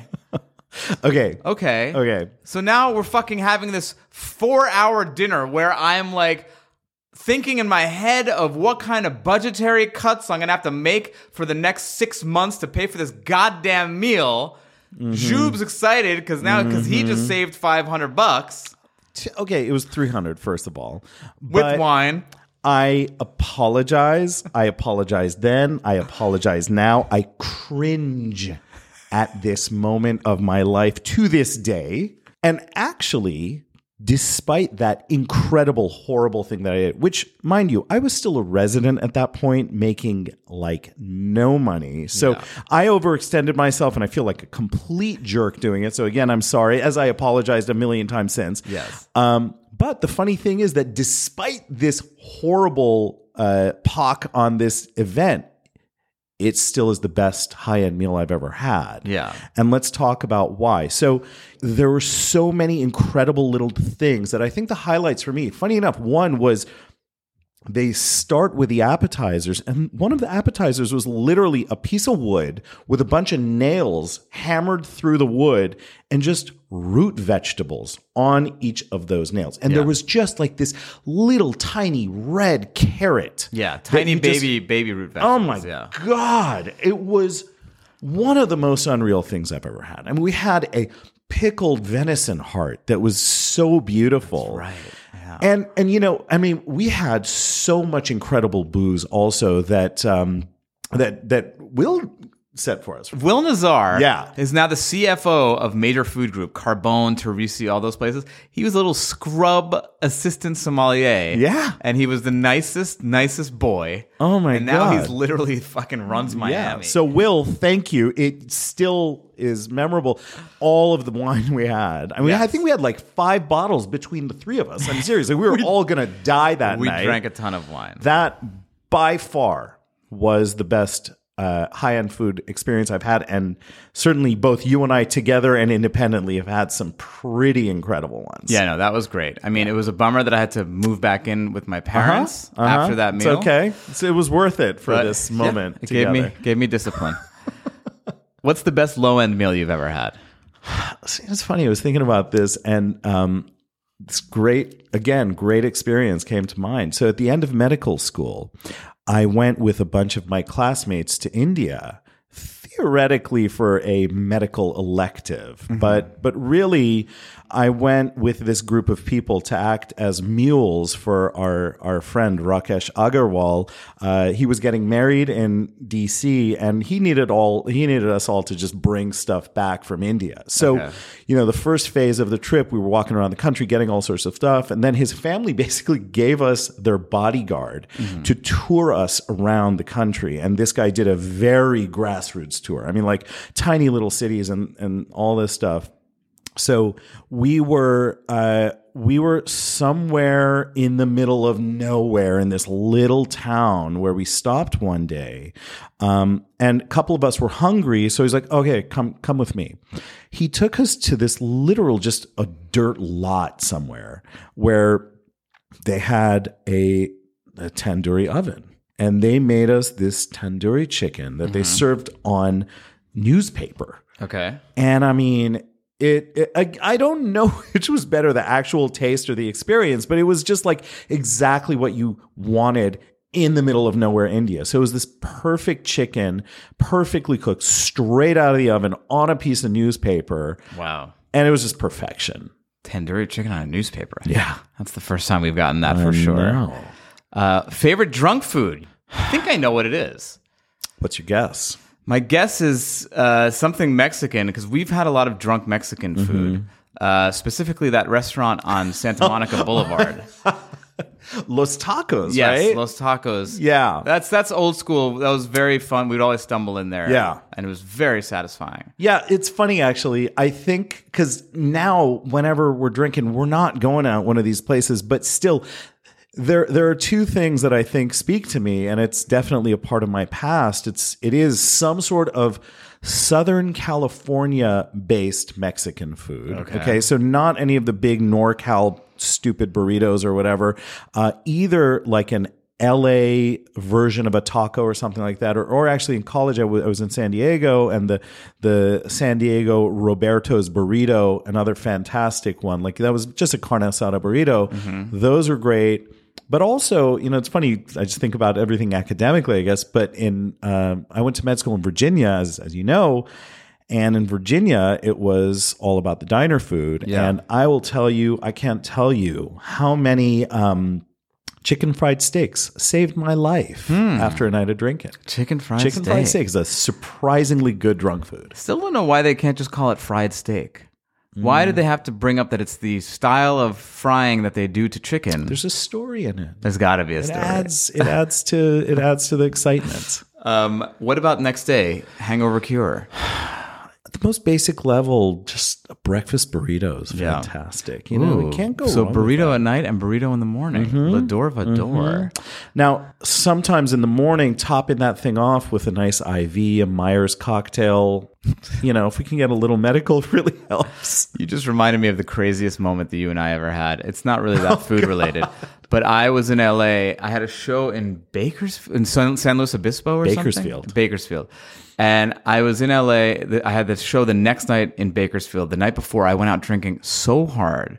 okay. okay, Okay. So now we're fucking having this four-hour dinner where I'm like. Thinking in my head of what kind of budgetary cuts I'm gonna have to make for the next six months to pay for this goddamn meal. Mm-hmm. Jube's excited because now because he just saved five hundred bucks T- Okay, it was 300 first of all. with But wine. I apologize. I apologize then. I apologize now. I cringe at this moment of my life to this day. And actually, despite that incredible, horrible thing that I did, which, mind you, I was still a resident at that point, making like no money. So I overextended myself and I feel like a complete jerk doing it. So again, I'm sorry, as I apologized a million times since. Yes. Um, but the funny thing is that despite this horrible uh, pock on this event, it still is the best high end meal I've ever had. Yeah. And let's talk about why. So there were so many incredible little things that I think the highlights for me, funny enough, one was they start with the appetizers and one of the appetizers was literally a piece of wood with a bunch of nails hammered through the wood and just root vegetables on each of those nails and there was just like this little tiny red carrot Yeah, that tiny you just- baby baby root oh vegetables. my yeah. god it was one of the most unreal things i've ever had i mean we had a pickled venison heart that was so beautiful right and and you know i mean we had so much incredible booze also that um that that will set for us Will Nazar Yeah. is now the CFO of major food group Carbone, Teresi, all those places. He was a little scrub assistant sommelier. Yeah. And he was the nicest, nicest boy. Oh my And now he's God. literally fucking runs Miami. So, Will, thank you. It still is memorable. All of the wine we had. I mean, I Yes. think we had like five bottles between the three of us. I'm serious. Like, we were all going to die that we night. drank a ton of wine. That by far was the best uh, high end food experience I've had. And certainly both you and I together and independently have had some pretty incredible ones. yeah, no, that was great. I mean, it was a bummer that I had to move back in with my parents Uh-huh. after that meal. It's okay. It's- it was worth it for but- this yeah, moment. it gave me together. gave me discipline. What's the best low end meal you've ever had? See, it's funny. I was thinking about this, and um, this great, again, great experience came to mind. So at the end of medical school, I went with a bunch of my classmates to India. theoretically for a medical elective, but but really, I went with this group of people to act as mules for our our friend Rakesh Agarwal. Uh, he was getting married in D.C. and he needed all he needed us all to just bring stuff back from India. So, you know, the first phase of the trip, we were walking around the country getting all sorts of stuff, and then his family basically gave us their bodyguard to tour us around the country. And this guy did a very grassroots tour. I mean, like tiny little cities and and all this stuff. So we were uh, we were somewhere in the middle of nowhere in this little town where we stopped one day, um, and a couple of us were hungry. So he's like, "Okay, come come with me." He took us to this literal just a dirt lot somewhere where they had a, a tandoori oven and they made us this tandoori chicken that they served on newspaper. Okay. And I mean, it, it I, I don't know which was better, the actual taste or the experience, but it was just like exactly what you wanted in the middle of nowhere India. So it was this perfect chicken, perfectly cooked, straight out of the oven on a piece of newspaper. Wow. And it was just perfection. Tandoori chicken on a newspaper. Yeah. That's the first time we've gotten that for sure. Wow. Uh, favorite drunk food? I think I know what it is. What's your guess? My guess is uh, something Mexican because we've had a lot of drunk Mexican Mm-hmm. food, uh, specifically that restaurant on Santa Monica Boulevard. Los tacos, Yes, right? Los Tacos. Yeah. that's that's old school. That was very fun. We'd always stumble in there. Yeah. and it was very satisfying. Yeah, it's funny actually. I think because now, whenever we're drinking, we're not going out one of these places, but still, there there are two things that I think speak to me, and it's definitely a part of my past. It's it is some sort of Southern California based Mexican food. Okay. so not any of the big NorCal stupid burritos or whatever. Uh, either like an LA version of a taco or something like that, or, or actually in college, I wa- I was in San Diego and the the San Diego Roberto's burrito, another fantastic one. Like that was just a carne asada burrito. Those are great, but also you know it's funny. I just think about everything academically, I guess. But in um, I went to med school in Virginia, as as you know, and in Virginia, it was all about the diner food. And I will tell you, I can't tell you how many. Um, chicken fried steaks saved my life after a night of drinking. Hmm. Chicken fried Chicken fried steak is a surprisingly good drunk food. Still don't know why they can't just call it fried steak. Why Hmm. did they have to bring up that it's the style of frying that they do to chicken? There's a story in it. There's got to be a It story. adds it adds to it adds to the excitement. Um, what about next day? Hangover cure. At the most basic level, just a breakfast burrito is Yeah. fantastic. You know, Ooh. it can't go So wrong. Mm-hmm. burrito at night and burrito in the morning. La Door Vador. Now, sometimes in the morning, topping that thing off with a nice IV, a Myers cocktail. You know, if we can get a little medical, it really helps. You just reminded me of the craziest moment that you and I ever had. It's not really Oh, that food related, but I was in LA. I had a show in Bakersfield, in San, San Luis Obispo or something? Bakersfield. Bakersfield. And I was in LA. The- I had this show the next night in Bakersfield. The night before, I went out drinking so hard.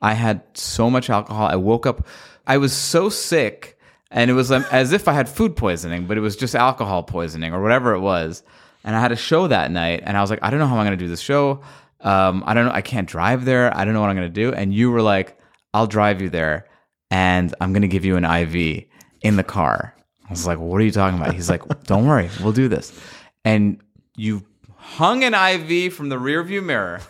I had so much alcohol. I woke up, I was so sick, and it was um, as if I had food poisoning, but it was just alcohol poisoning or whatever it was. And I had a show that night, and I was like, I don't know how I'm going to do this show. Um, I don't know. I can't drive there. I don't know what I'm going to do. And you were like, I'll drive you there, and I'm going to give you an IV in the car. I was like, What are you talking about? He's like, Don't worry, we'll do this. And you hung an IV from the rearview mirror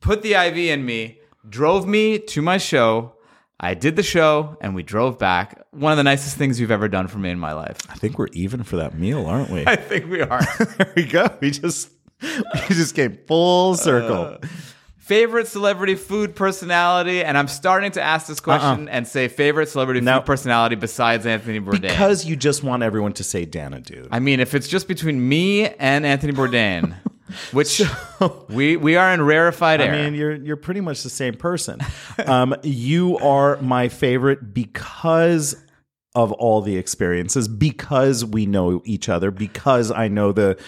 put the IV in me, drove me to my show. I did the show and we drove back. One of the nicest things you've ever done for me in my life. I think we're even for that meal, aren't we? I think we are. there we go. We just we just came full circle. favorite celebrity food personality, and I'm starting to ask this question and say favorite celebrity No. food personality besides Anthony Bourdain. because you just want everyone to say Dana dude. I mean, if it's just between me and Anthony Bourdain, which we we are in rarefied air. I mean, you're you're pretty much the same person. Um, you are my favorite because of all the experiences, because we know each other, because I know the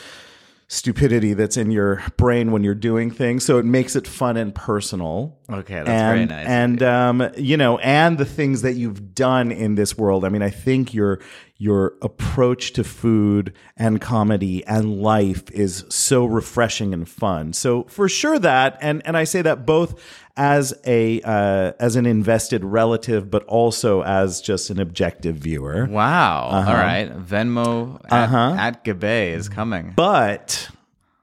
stupidity that's in your brain when you're doing things. So it makes it fun and personal. Okay, that's and, very nice of And um, you know, and the things that you've done in this world. I mean, I think you're your approach to food and comedy and life is so refreshing and fun. So for sure that, and and I say that both as a uh, as an invested relative, but also as just an objective viewer. Wow. uh-huh. All right. Venmo at, at Gabay is coming. But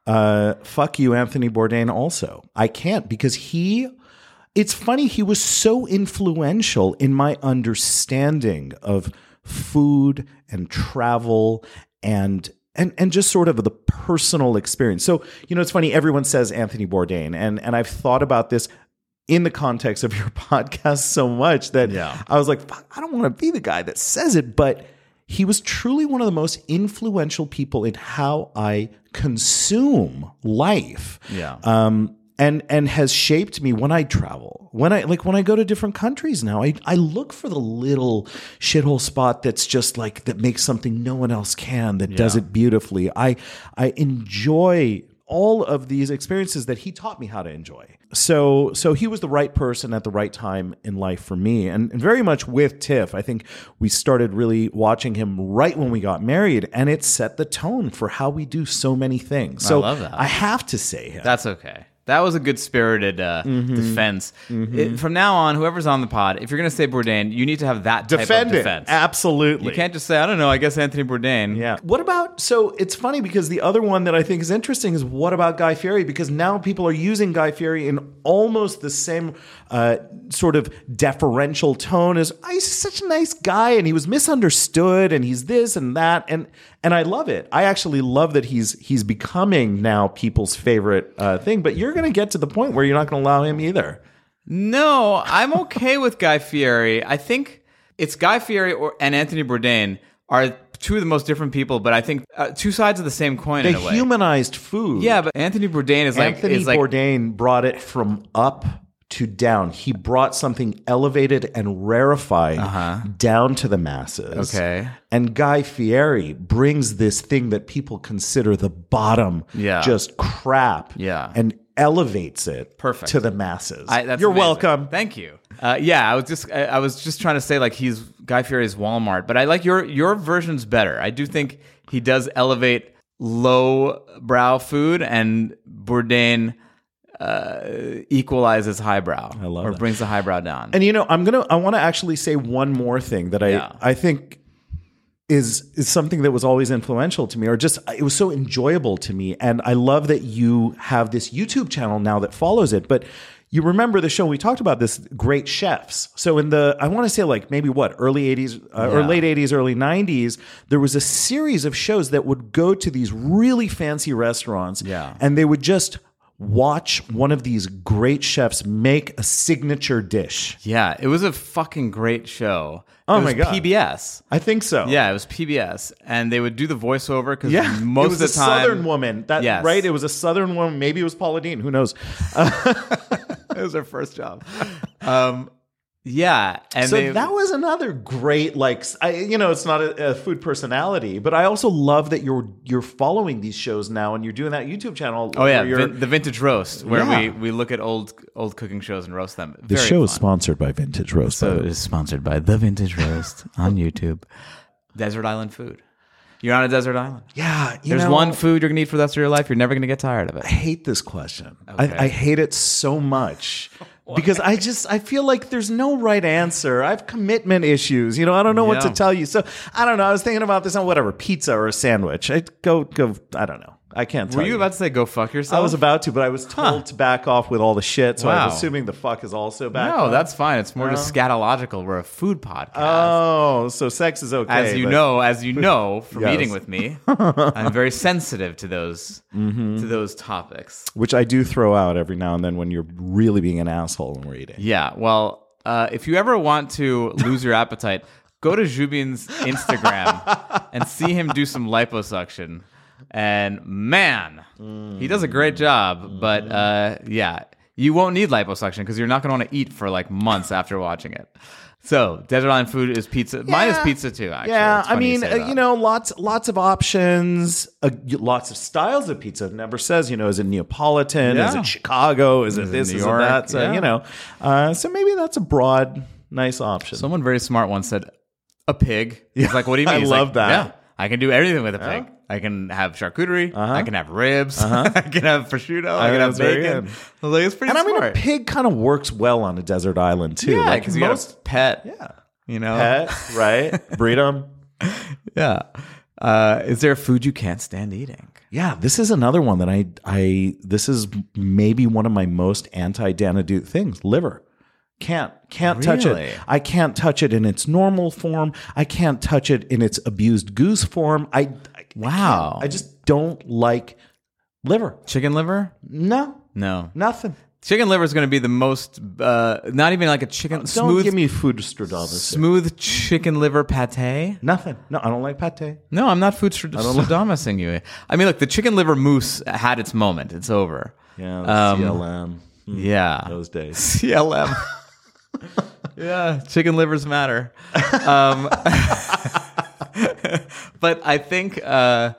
uh, fuck you, Anthony Bourdain. Also, I can't because he. It's funny. He was so influential in my understanding of food and travel and. And, and just sort of the personal experience. So, you know, it's funny, everyone says Anthony Bourdain, and, and I've thought about this in the context of your podcast so much that I was like, "Fuck, I don't want to be the guy that says it, but he was truly one of the most influential people in how I consume life. Yeah. Um, and and has shaped me when I travel. When I like when I go to different countries now, I, I look for the little shithole spot that's just like that makes something no one else can that does it beautifully. I I enjoy all of these experiences that he taught me how to enjoy. So so he was the right person at the right time in life for me and, and very much with Tiff. I think we started really watching him right when we got married and it set the tone for how we do so many things. So love that. I have to say him. That's okay. That was a good spirited uh, Mm-hmm. defense. It- from now on, whoever's on the pod, if you're going to say Bourdain, you need to have that type defend of it. defense. Absolutely. You can't just say, I don't know, I guess Anthony Bourdain. yeah. What about so it's funny because the other one that I think is interesting is what about Guy Fieri? Because now people are using Guy Fieri in almost the same uh, sort of deferential tone as oh, he's such a nice guy and he was misunderstood and he's this and that and and I love it. I actually love that he's he's becoming now people's favorite uh, thing. But you're going to get to the point where you're not going to allow him either. No, I'm okay with Guy Fieri. I think it's Guy Fieri or, and Anthony Bourdain are two of the most different people, but I think uh, two sides of the same coin The in a way. humanized food. yeah, but Anthony Bourdain is like Anthony is like Bourdain brought it from up to down. He brought something elevated and rarefied down to the masses. Uh-huh. Okay. And Guy Fieri brings this thing that people consider the bottom, Yeah. just crap, Yeah. and elevates it Perfect. to the masses. I, that's You're amazing. welcome. Thank you. Uh, yeah, I was just I, I was just trying to say like he's Guy Fieri's Walmart, but I like your your version's better. I do think he does elevate low brow food, and Bourdain uh, equalizes highbrow I love or that. brings the highbrow down. And you know, I'm gonna I want to actually say one more thing that I Yeah. I think is is something that was always influential to me, or just it was so enjoyable to me. And I love that you have this YouTube channel now that follows it, but. You remember the show we talked about this great chefs. So in the I want to say like maybe what early 80s uh, or late 80s early 90s there was a series of shows that would go to these really fancy restaurants Yeah. and they would just watch one of these great chefs make a signature dish. yeah, it was a fucking great show. Oh It was my God. PBS. I think so. Yeah, it was PBS, and they would do the voiceover because Yeah. most it was of the time a southern woman. That Yes. right? It was a southern woman. Maybe it was Paula Dean. Who knows? it was their first job. Um, yeah, and so they- that was another great, like, s- I, you know, it's not a, a food personality, but I also love that you're you're following these shows now and you're doing that YouTube channel. Oh yeah, where you're, vin- the vintage roast where we, Yeah. we look at old old cooking shows and roast them. the Very show is fun. sponsored by Vintage Roast. So it is sponsored by the Vintage Roast on YouTube. Desert Island food. You're on a desert island. yeah, you There's know, one food you're gonna eat for the rest of your life. You're never gonna get tired of it. I hate this question. Okay. I, I hate it so much. Because I just I feel like there's no right answer. I have commitment issues. You know, I don't know what to Yeah. tell you. So I don't know. I was thinking about this on whatever pizza or a sandwich. I go go. I don't know. I can't tell Were you about to say go fuck yourself? I was about to, but I was told to back off with all the shit. So Wow. I'm assuming the fuck is also back. No, off. that's fine. It's more just scatological. We're a food podcast. oh, so sex is okay. as you but- know, as you know from Yes. eating with me, I'm very sensitive to those to Mm-hmm. those topics. which I do throw out every now and then when you're really being an asshole when we're eating. Yeah. Well, uh, if you ever want to lose your appetite, go to Jubin's Instagram and see him do some liposuction. And man, he does a great job. But uh, yeah, you won't need liposuction because you're not going to want to eat for like months after watching it. So, desert island food is pizza. Mine is Yeah. pizza too. Actually, Yeah, It's I funny mean, say uh, that. you know, lots lots of options, uh, y- lots of styles of pizza. It never says, you know, is it Neapolitan? Is Yeah. it Chicago? Is, it it this? New is York? it that? So Yeah. you know, uh, so maybe that's a broad, nice option. someone very smart once said, a pig. He's like, what do you mean? I He's like, love that. Yeah, I can do everything with a pig. I can have charcuterie. I can have ribs. I can have prosciutto. I, Uh-huh. I can have think that's very bacon. good. I was like, it's pretty And I mean, a smart. pig kind of works well on a desert island too. yeah, Like, because you most got a pet. yeah, You know? pet right, breed 'em. Yeah. Uh, is there food you can't stand eating? Yeah, this is another one that I I this is maybe one of my most anti Danadute things. Liver. Can't can't touch Really? it. I can't touch it in its normal form. I can't touch it in its abused goose form. I, I Wow. I just don't like liver. Chicken liver? No. No. Nothing. Chicken liver is going to be the most, uh, not even like a chicken, Don't give smooth, me food stradamus. smooth chicken liver pate. Nothing. No, I don't like pate. No, I'm not food sodomising you. I mean, look, the chicken liver moose had its moment. It's over. Yeah, Um, CLM. Mm, Yeah. Those days. CLM. yeah, chicken livers matter. Um, but I think, uh,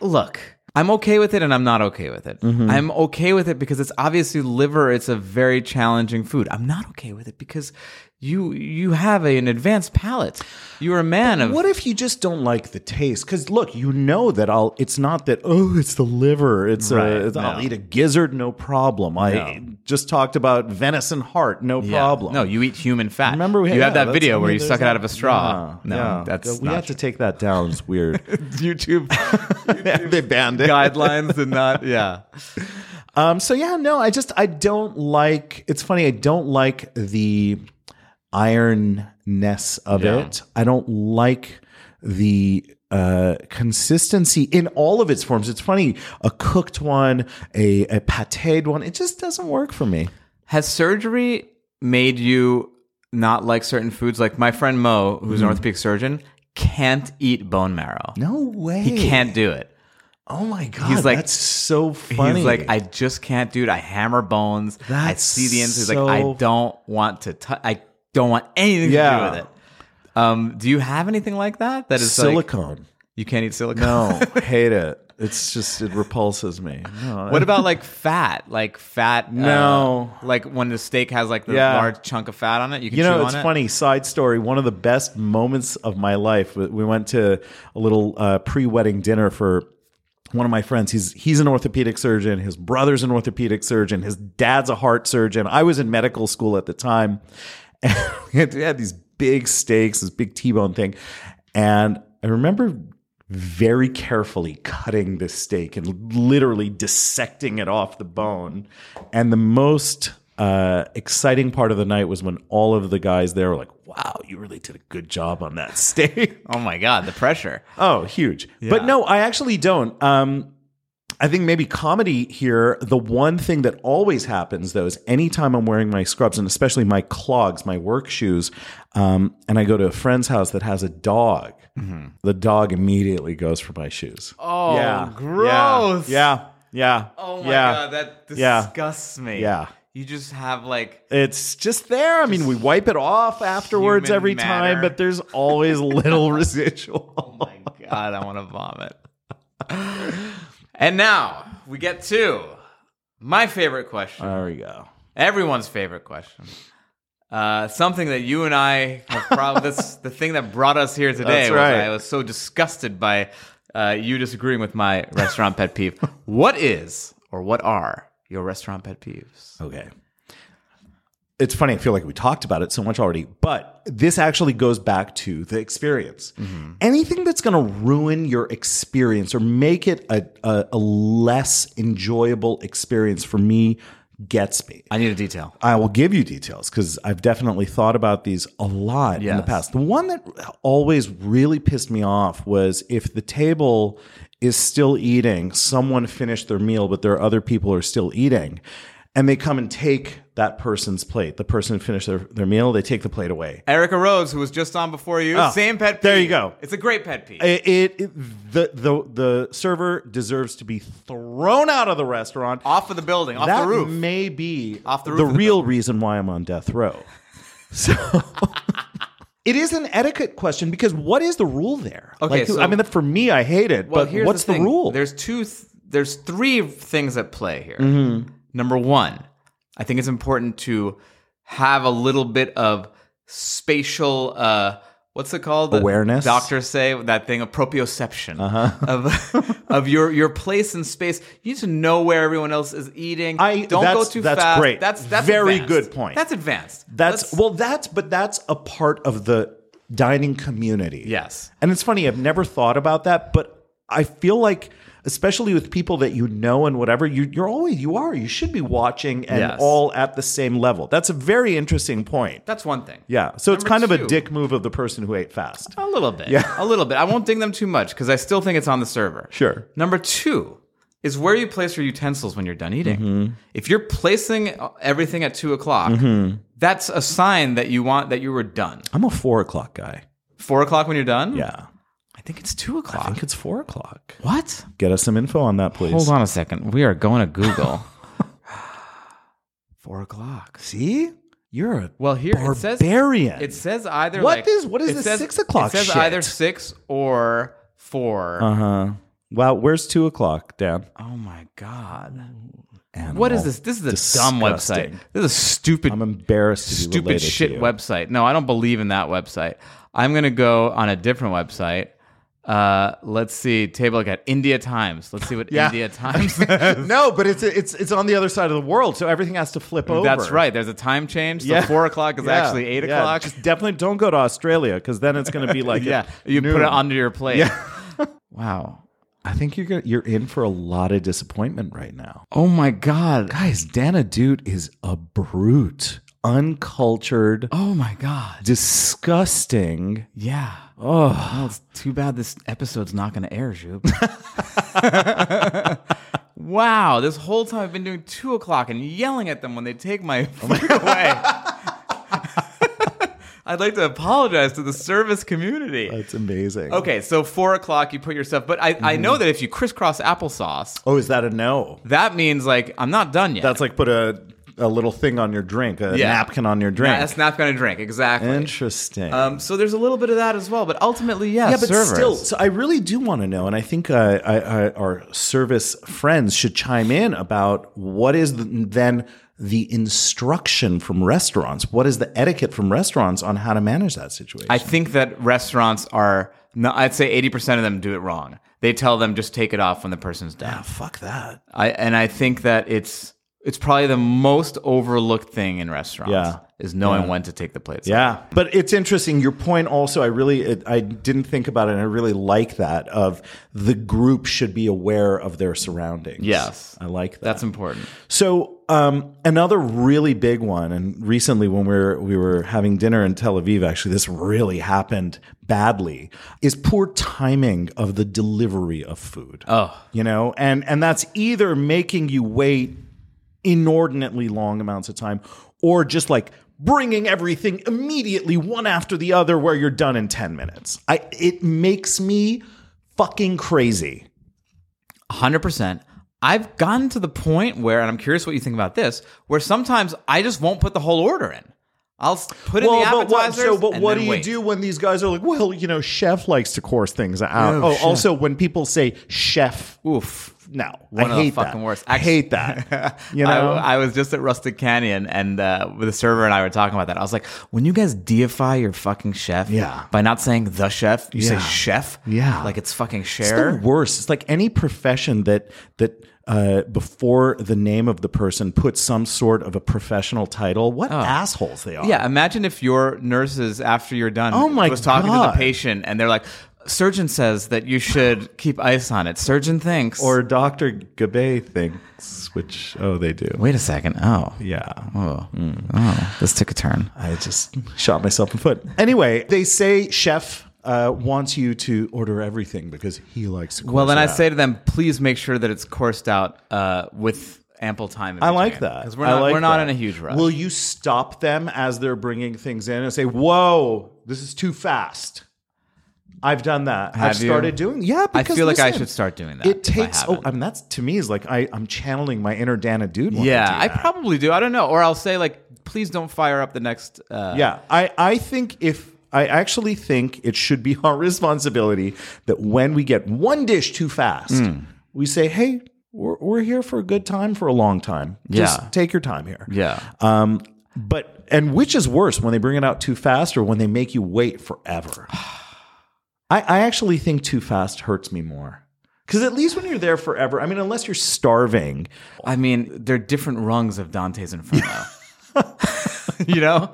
look, I'm okay with it and I'm not okay with it. I'm okay with it because it's obviously liver, it's a very challenging food. I'm not okay with it because you you have a- an advanced palate. You're a man of What if you just don't like the taste? Because look, you know that I'll. It's not that. Oh, it's the liver. It's Right, a. it's- I'll no. eat a gizzard, no problem. I No. just talked about venison heart, no Yeah. problem. No, you eat human fat. Remember we you have yeah, that that's- video I where mean, you there's suck it out of a not- straw. no, Yeah, yeah. that's we not have to take that down. It's weird. YouTube they banned it. guidelines and not yeah. Um, so yeah, no, I just I don't like. It's funny. I don't like the ironness of Yeah. it. I don't like the uh consistency in all of its forms it's funny a cooked one a, a pateed one it just doesn't work for me Has surgery made you not like certain foods? Like my friend Mo, who's an orthopedic surgeon, can't eat bone marrow. Hmm. no way He can't do it. oh my god He's like- that's so funny He's like, I just can't do it. I hammer bones. I That's see the ends. He's so- like, I don't want to. T- I don't want anything Yeah. to do with it. Um, do you have anything like that? That is like silicone you can't eat silicone. no hate it it's just it repulses me no What about like fat? Like fat? No. uh, like when the steak has like the Yeah. large chunk of fat on it, you can. You know, chew it's on it? funny. Side story. One of the best moments of my life. We- We went to a little uh, pre-wedding dinner for one of my friends. He's he's an orthopedic surgeon. His brother's an orthopedic surgeon. His dad's a heart surgeon. I was in medical school at the time, and we had, we had these big steaks, this big T-bone thing, and I remember very carefully cutting this steak and literally dissecting it off the bone. And the most uh, exciting part of the night was when all of the guys there were like, wow, you really did a good job on that steak. Oh my god, the pressure. oh, huge. But no, I actually don't. Um, I think maybe comedy here, the one thing that always happens though is anytime I'm wearing my scrubs and especially my clogs, my work shoes, um, and I go to a friend's house that has a dog, the dog immediately goes for my shoes. Oh, gross. Yeah. Yeah. Oh my yeah. god, that Yeah. disgusts me. Yeah. You just have like It's just there. I mean, we wipe it off afterwards human every time, matter. Oh but there's always little residual. my god, I want to vomit. and now we get to my favorite question. There we go. Everyone's favorite question. Uh, something that you and I have probably this the thing that brought us here today That's was right. I was so disgusted by uh, you disagreeing with my restaurant pet peeve. What is or what are your restaurant pet peeves? Okay. It's funny. I feel like we talked about it so much already, but this actually goes back to the experience. Anything that's going to ruin your experience or make it a, a, a less enjoyable experience for me gets me. I need a detail. I will give you details because I've definitely thought about these a lot in the Yes. past. The one that always really pissed me off was if the table is still eating, someone finished their meal, but there are other people who are still eating, and they come and take that person's plate. The person who finished their, their meal, they take the plate away. Erica Rose, who was just on before you, Oh, same pet peeve. there you go. It's a great pet peeve. It, it, it- the, the the server deserves to be thrown out of the restaurant. off of the building, off that the roof. may be Off the roof the of the real reason why I'm on death row. So it is an etiquette question because what is the rule there? Okay, Like, so- I mean, that for me, I hate it, well, but here's what's the, thing. rule? There's two, th- there's three things at play here. Mm-hmm. Number one, I think it's important to have a little bit of spatial. Uh, what's it called? The Awareness? Uh-huh. Doctors say that thing of proprioception of of your your place in space. You need to know where everyone else is eating. I- don't go that's- too that's fast. great. That's that's Very advanced. good point. That's advanced. That's Let's- well, that's but that's a part of the dining community. Yes. And it's funny, I've never thought about that, but I feel like especially with people that you know and whatever, you you're always you are, you should be watching and Yes. all at the same level. That's a very interesting point. that's one thing. yeah. So it's kind Number of a two. dick move of the person who ate fast. A little bit. Yeah. A little bit. I won't ding them too much because I still think it's on the server. Sure. Number two is where you place your utensils when you're done eating. Mm-hmm. If you're placing everything at two o'clock, Mm-hmm. that's a sign that you want that you were done. I'm a four o'clock guy. Four o'clock when you're done? Yeah. I think it's two o'clock. I think it's four o'clock. what? Get us some info on that, please. Hold on a second. We are going to Google. Four o'clock. See? You're a Well, here barbarian. it says it says either What like, is- what is it this says- six o'clock It says shit? either six or 4 Uh-huh. Wow, where's two o'clock, Dan? Oh my god. Animal. What is this? This is a Disgusting. dumb website. This is a stupid, I'm embarrassed to be stupid related to shit you. website. No, I don't believe in that website. I'm gonna go on a different website. Uh, let's see. Table at India Times. Let's see what Yeah. India Times. no, but it's it's it's on the other side of the world, so everything has to flip over. That's right. There's a time change. So Yeah. four o'clock is Yeah, actually eight yeah. o'clock. Just definitely don't go to Australia because then it's going to be like yeah, at you put noon. it under your plate. wow. I think you're gonna, you're in for a lot of disappointment right now, Oh my god. guys. Dana Dude is a brute, uncultured, Oh my god. disgusting. Yeah. Oh, it's too bad this episode's not going to air, Jube. wow, this whole time I've been doing two o'clock and yelling at them when they take Oh my food away. I'd like to apologize to the service community. That's amazing. Okay, so four o'clock, you put yourself, but I, I know that if you crisscross applesauce, Oh, is that a no? that means like I'm not done yet. That's like put a a little thing on your drink, a Yeah. napkin on your drink. That's not going to drink, exactly. Interesting. Um, so there's a little bit of that as well, but ultimately, yes, yeah, but servers. still, so I really do want to know, and I think uh, I, I, our service friends should chime in about what is the, then the instruction from restaurants? What is the etiquette from restaurants on how to manage that situation? I think that restaurants are, no, I'd say 80% of them do it wrong. They tell them just take it off when the person's Ah, down. fuck that. I, and I think that it's it's probably the most overlooked thing in restaurants Yeah. is knowing when to take the plates. off. Yeah, but it's interesting. Your point also, I really, it, I didn't think about it, and I really like that. Of the group should be aware of their surroundings. Yes. I like that. That's important. So um, another really big one, and recently when we were we were having dinner in Tel Aviv, actually this really happened badly, is poor timing of the delivery of food. Oh, you know, and and that's either making you wait inordinately long amounts of time, or just like bringing everything immediately one after the other, where you're done in ten minutes. I it makes me fucking crazy. 100%. I've gotten to the point where, and I'm curious what you think about this, where sometimes I just won't put the whole order in. I'll s- put in the but what, appetizers. so, but and what then do you wait. do when these guys are like, well, you know, chef likes to course things out. Oh, Oh, chef. also when people say chef, Oof. no, One I of the hate fucking that. worst. I hate that. You know, I, I was just at Rustic Canyon, and uh, the server and I were talking about that. I was like, when you guys deify your fucking chef, Yeah. by not saying the chef, you Yeah. say chef, Yeah. like it's fucking it's share. the worst. It's like any profession that that uh, before the name of the person puts some sort of a professional title. What assholes they are. Ah. yeah, imagine if your nurses after you're done, Oh my was talking to God. the patient, and they're like, surgeon says that you should keep ice on it. Surgeon thinks, Or Dr. Gabay thinks, which oh they do. wait a second, oh. Yeah. Mm. Oh. oh, this took a turn. I just shot myself in the foot. Anyway, they say chef uh, wants you to order everything because he likes. To Well, course then it I out. say to them, please make sure that it's coursed out uh, with ample time. I like that because we're I not like we're not that. in a huge rush. Will you stop them as they're bringing things in and say, "Whoa, this is too fast"? I've done that. I've Have you? started doing. Yeah, I because feel like I listen, should start doing that. It if I takes. oh, haven't. I mean, that's to me is like I, I'm channeling my inner Dana dude. when yeah, do I that. probably do. I don't know, or I'll say like, please don't fire up the next. Uh, Yeah, I, I think if I actually think it should be our responsibility that when we get one dish too fast, Hmm. we say, hey, we're, we're here for a good time for a long time. Just Yeah. take your time here. yeah. Um, But and which is worse when they bring it out too fast or when they make you wait forever? I, I actually think too fast hurts me more. Because at least when you're there forever, I mean, unless you're starving, I mean, they're different rungs of Dante's Inferno. you know?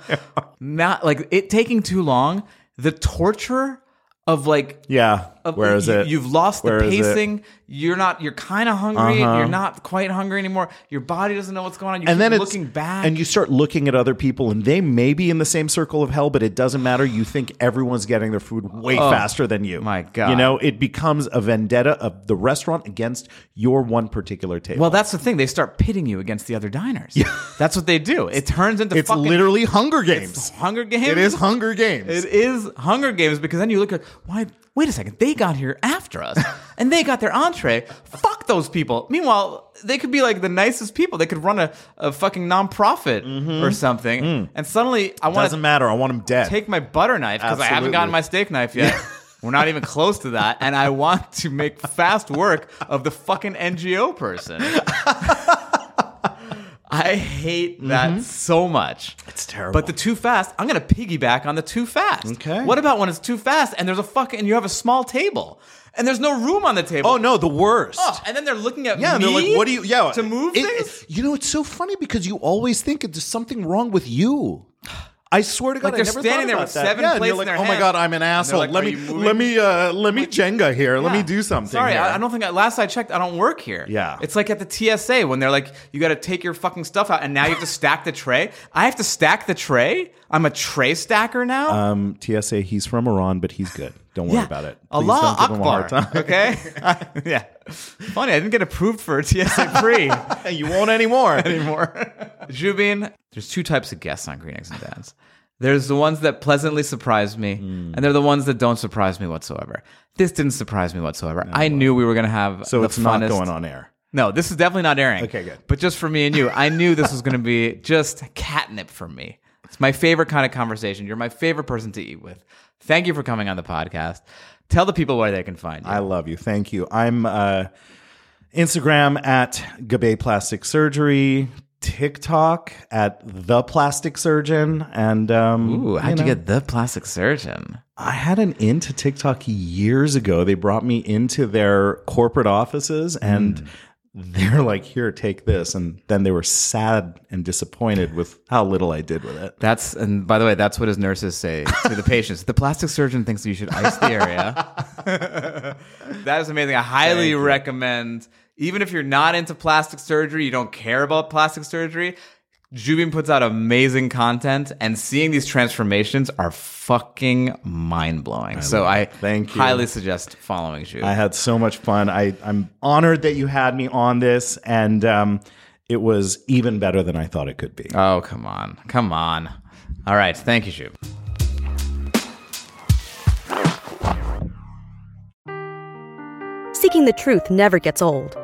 Not like it taking too long, the torture of like yeah. of- Where is you, it? You've lost Where the is it? Uh-huh. pacing. You're not you're kind of hungry, you're not quite hungry anymore. Your body doesn't know what's going on. You and then keep it's looking back. and you start looking at other people and they may be in the same circle of hell but it doesn't matter you think everyone's getting their food way faster than you my God. you know it becomes a vendetta of the restaurant against your one particular table well, that's the thing. They start pitting you against the other diners. That's what they do. It turns into it's fucking literally hunger games Hunger Games. it is hunger games It is Hunger Games because then you look at why. Wait a second, they got here after us, and they got their entree. Fuck those people. Meanwhile, they could be like the nicest people. They could run a, a fucking nonprofit or something. And suddenly, I want Mm-hmm. Mm. doesn't to matter i want them dead take my butter knife because I haven't Absolutely. gotten my steak knife yet. We're not even close to that, and I want to make fast work of the fucking NGO person. I hate that so much. Mm-hmm. it's terrible But the too fast, I'm gonna piggyback on the too fast. Okay. What about when it's too fast and there's a fucking and you have a small table and there's no room on the table? oh no the worst Oh, and then they're looking at Yeah, and me. they're like, "What do you? Yeah, to move it- things. You know, it's so funny because you always think there's something wrong with you. I swear to God, Like they're I never standing thought there about with that. seven yeah, and plates you're in their like, "Oh my hand." God, I'm And an they're asshole. like, let "Are me, you moving?" let me, uh, let me Jenga here. Let me Yeah. do something." Sorry, here. I, I don't think I, last I checked, I don't work here. Yeah. It's like at the TSA when they're like, you got to take your fucking stuff out, and now you have to stack the tray. I have to stack the tray. I'm a tray stacker now. Um, TSA, he's from Iran, but he's good. Don't worry about it. Please Allah don't give him a Akbar. hard time. Okay. yeah. Funny, I didn't get approved for a TSA pre. you won't anymore. anymore. Jubin, there's two types of guests on Green Eggs and Dads. There's the ones that pleasantly surprise me, Hmm. and they're the ones that don't surprise me whatsoever. This didn't surprise me whatsoever. I knew we were going to have so the it's not funnest- going on air. No, this is definitely not airing. Okay, good. But just for me and you, I knew this was going to be just catnip for me. It's my favorite kind of conversation. You're my favorite person to eat with. Thank you for coming on the podcast. Tell the people where they can find you. I love you. Thank you. I'm uh, Instagram at Gabe Plastic Surgery, TikTok at The Plastic Surgeon, and um, Ooh, how'd you, know, get the plastic surgeon? I had an into TikTok years ago. They brought me into their corporate offices and. Hmm. They're like, here, take this. And then they were sad and disappointed with how little I did with it. That's and by the way, that's what his nurses say to the patients. The plastic surgeon thinks you should ice the area. that is amazing. I highly recommend. Even if you're not into plastic surgery, you don't care about plastic surgery. Jubin puts out amazing content, and seeing these transformations are fucking mind blowing. So I Thank you. highly suggest following Jubin. I had so much fun. I, I'm honored that you had me on this. And um, it was even better than I thought it could be. oh come on, come on. All right, thank you, Jubin. Seeking the truth never gets old.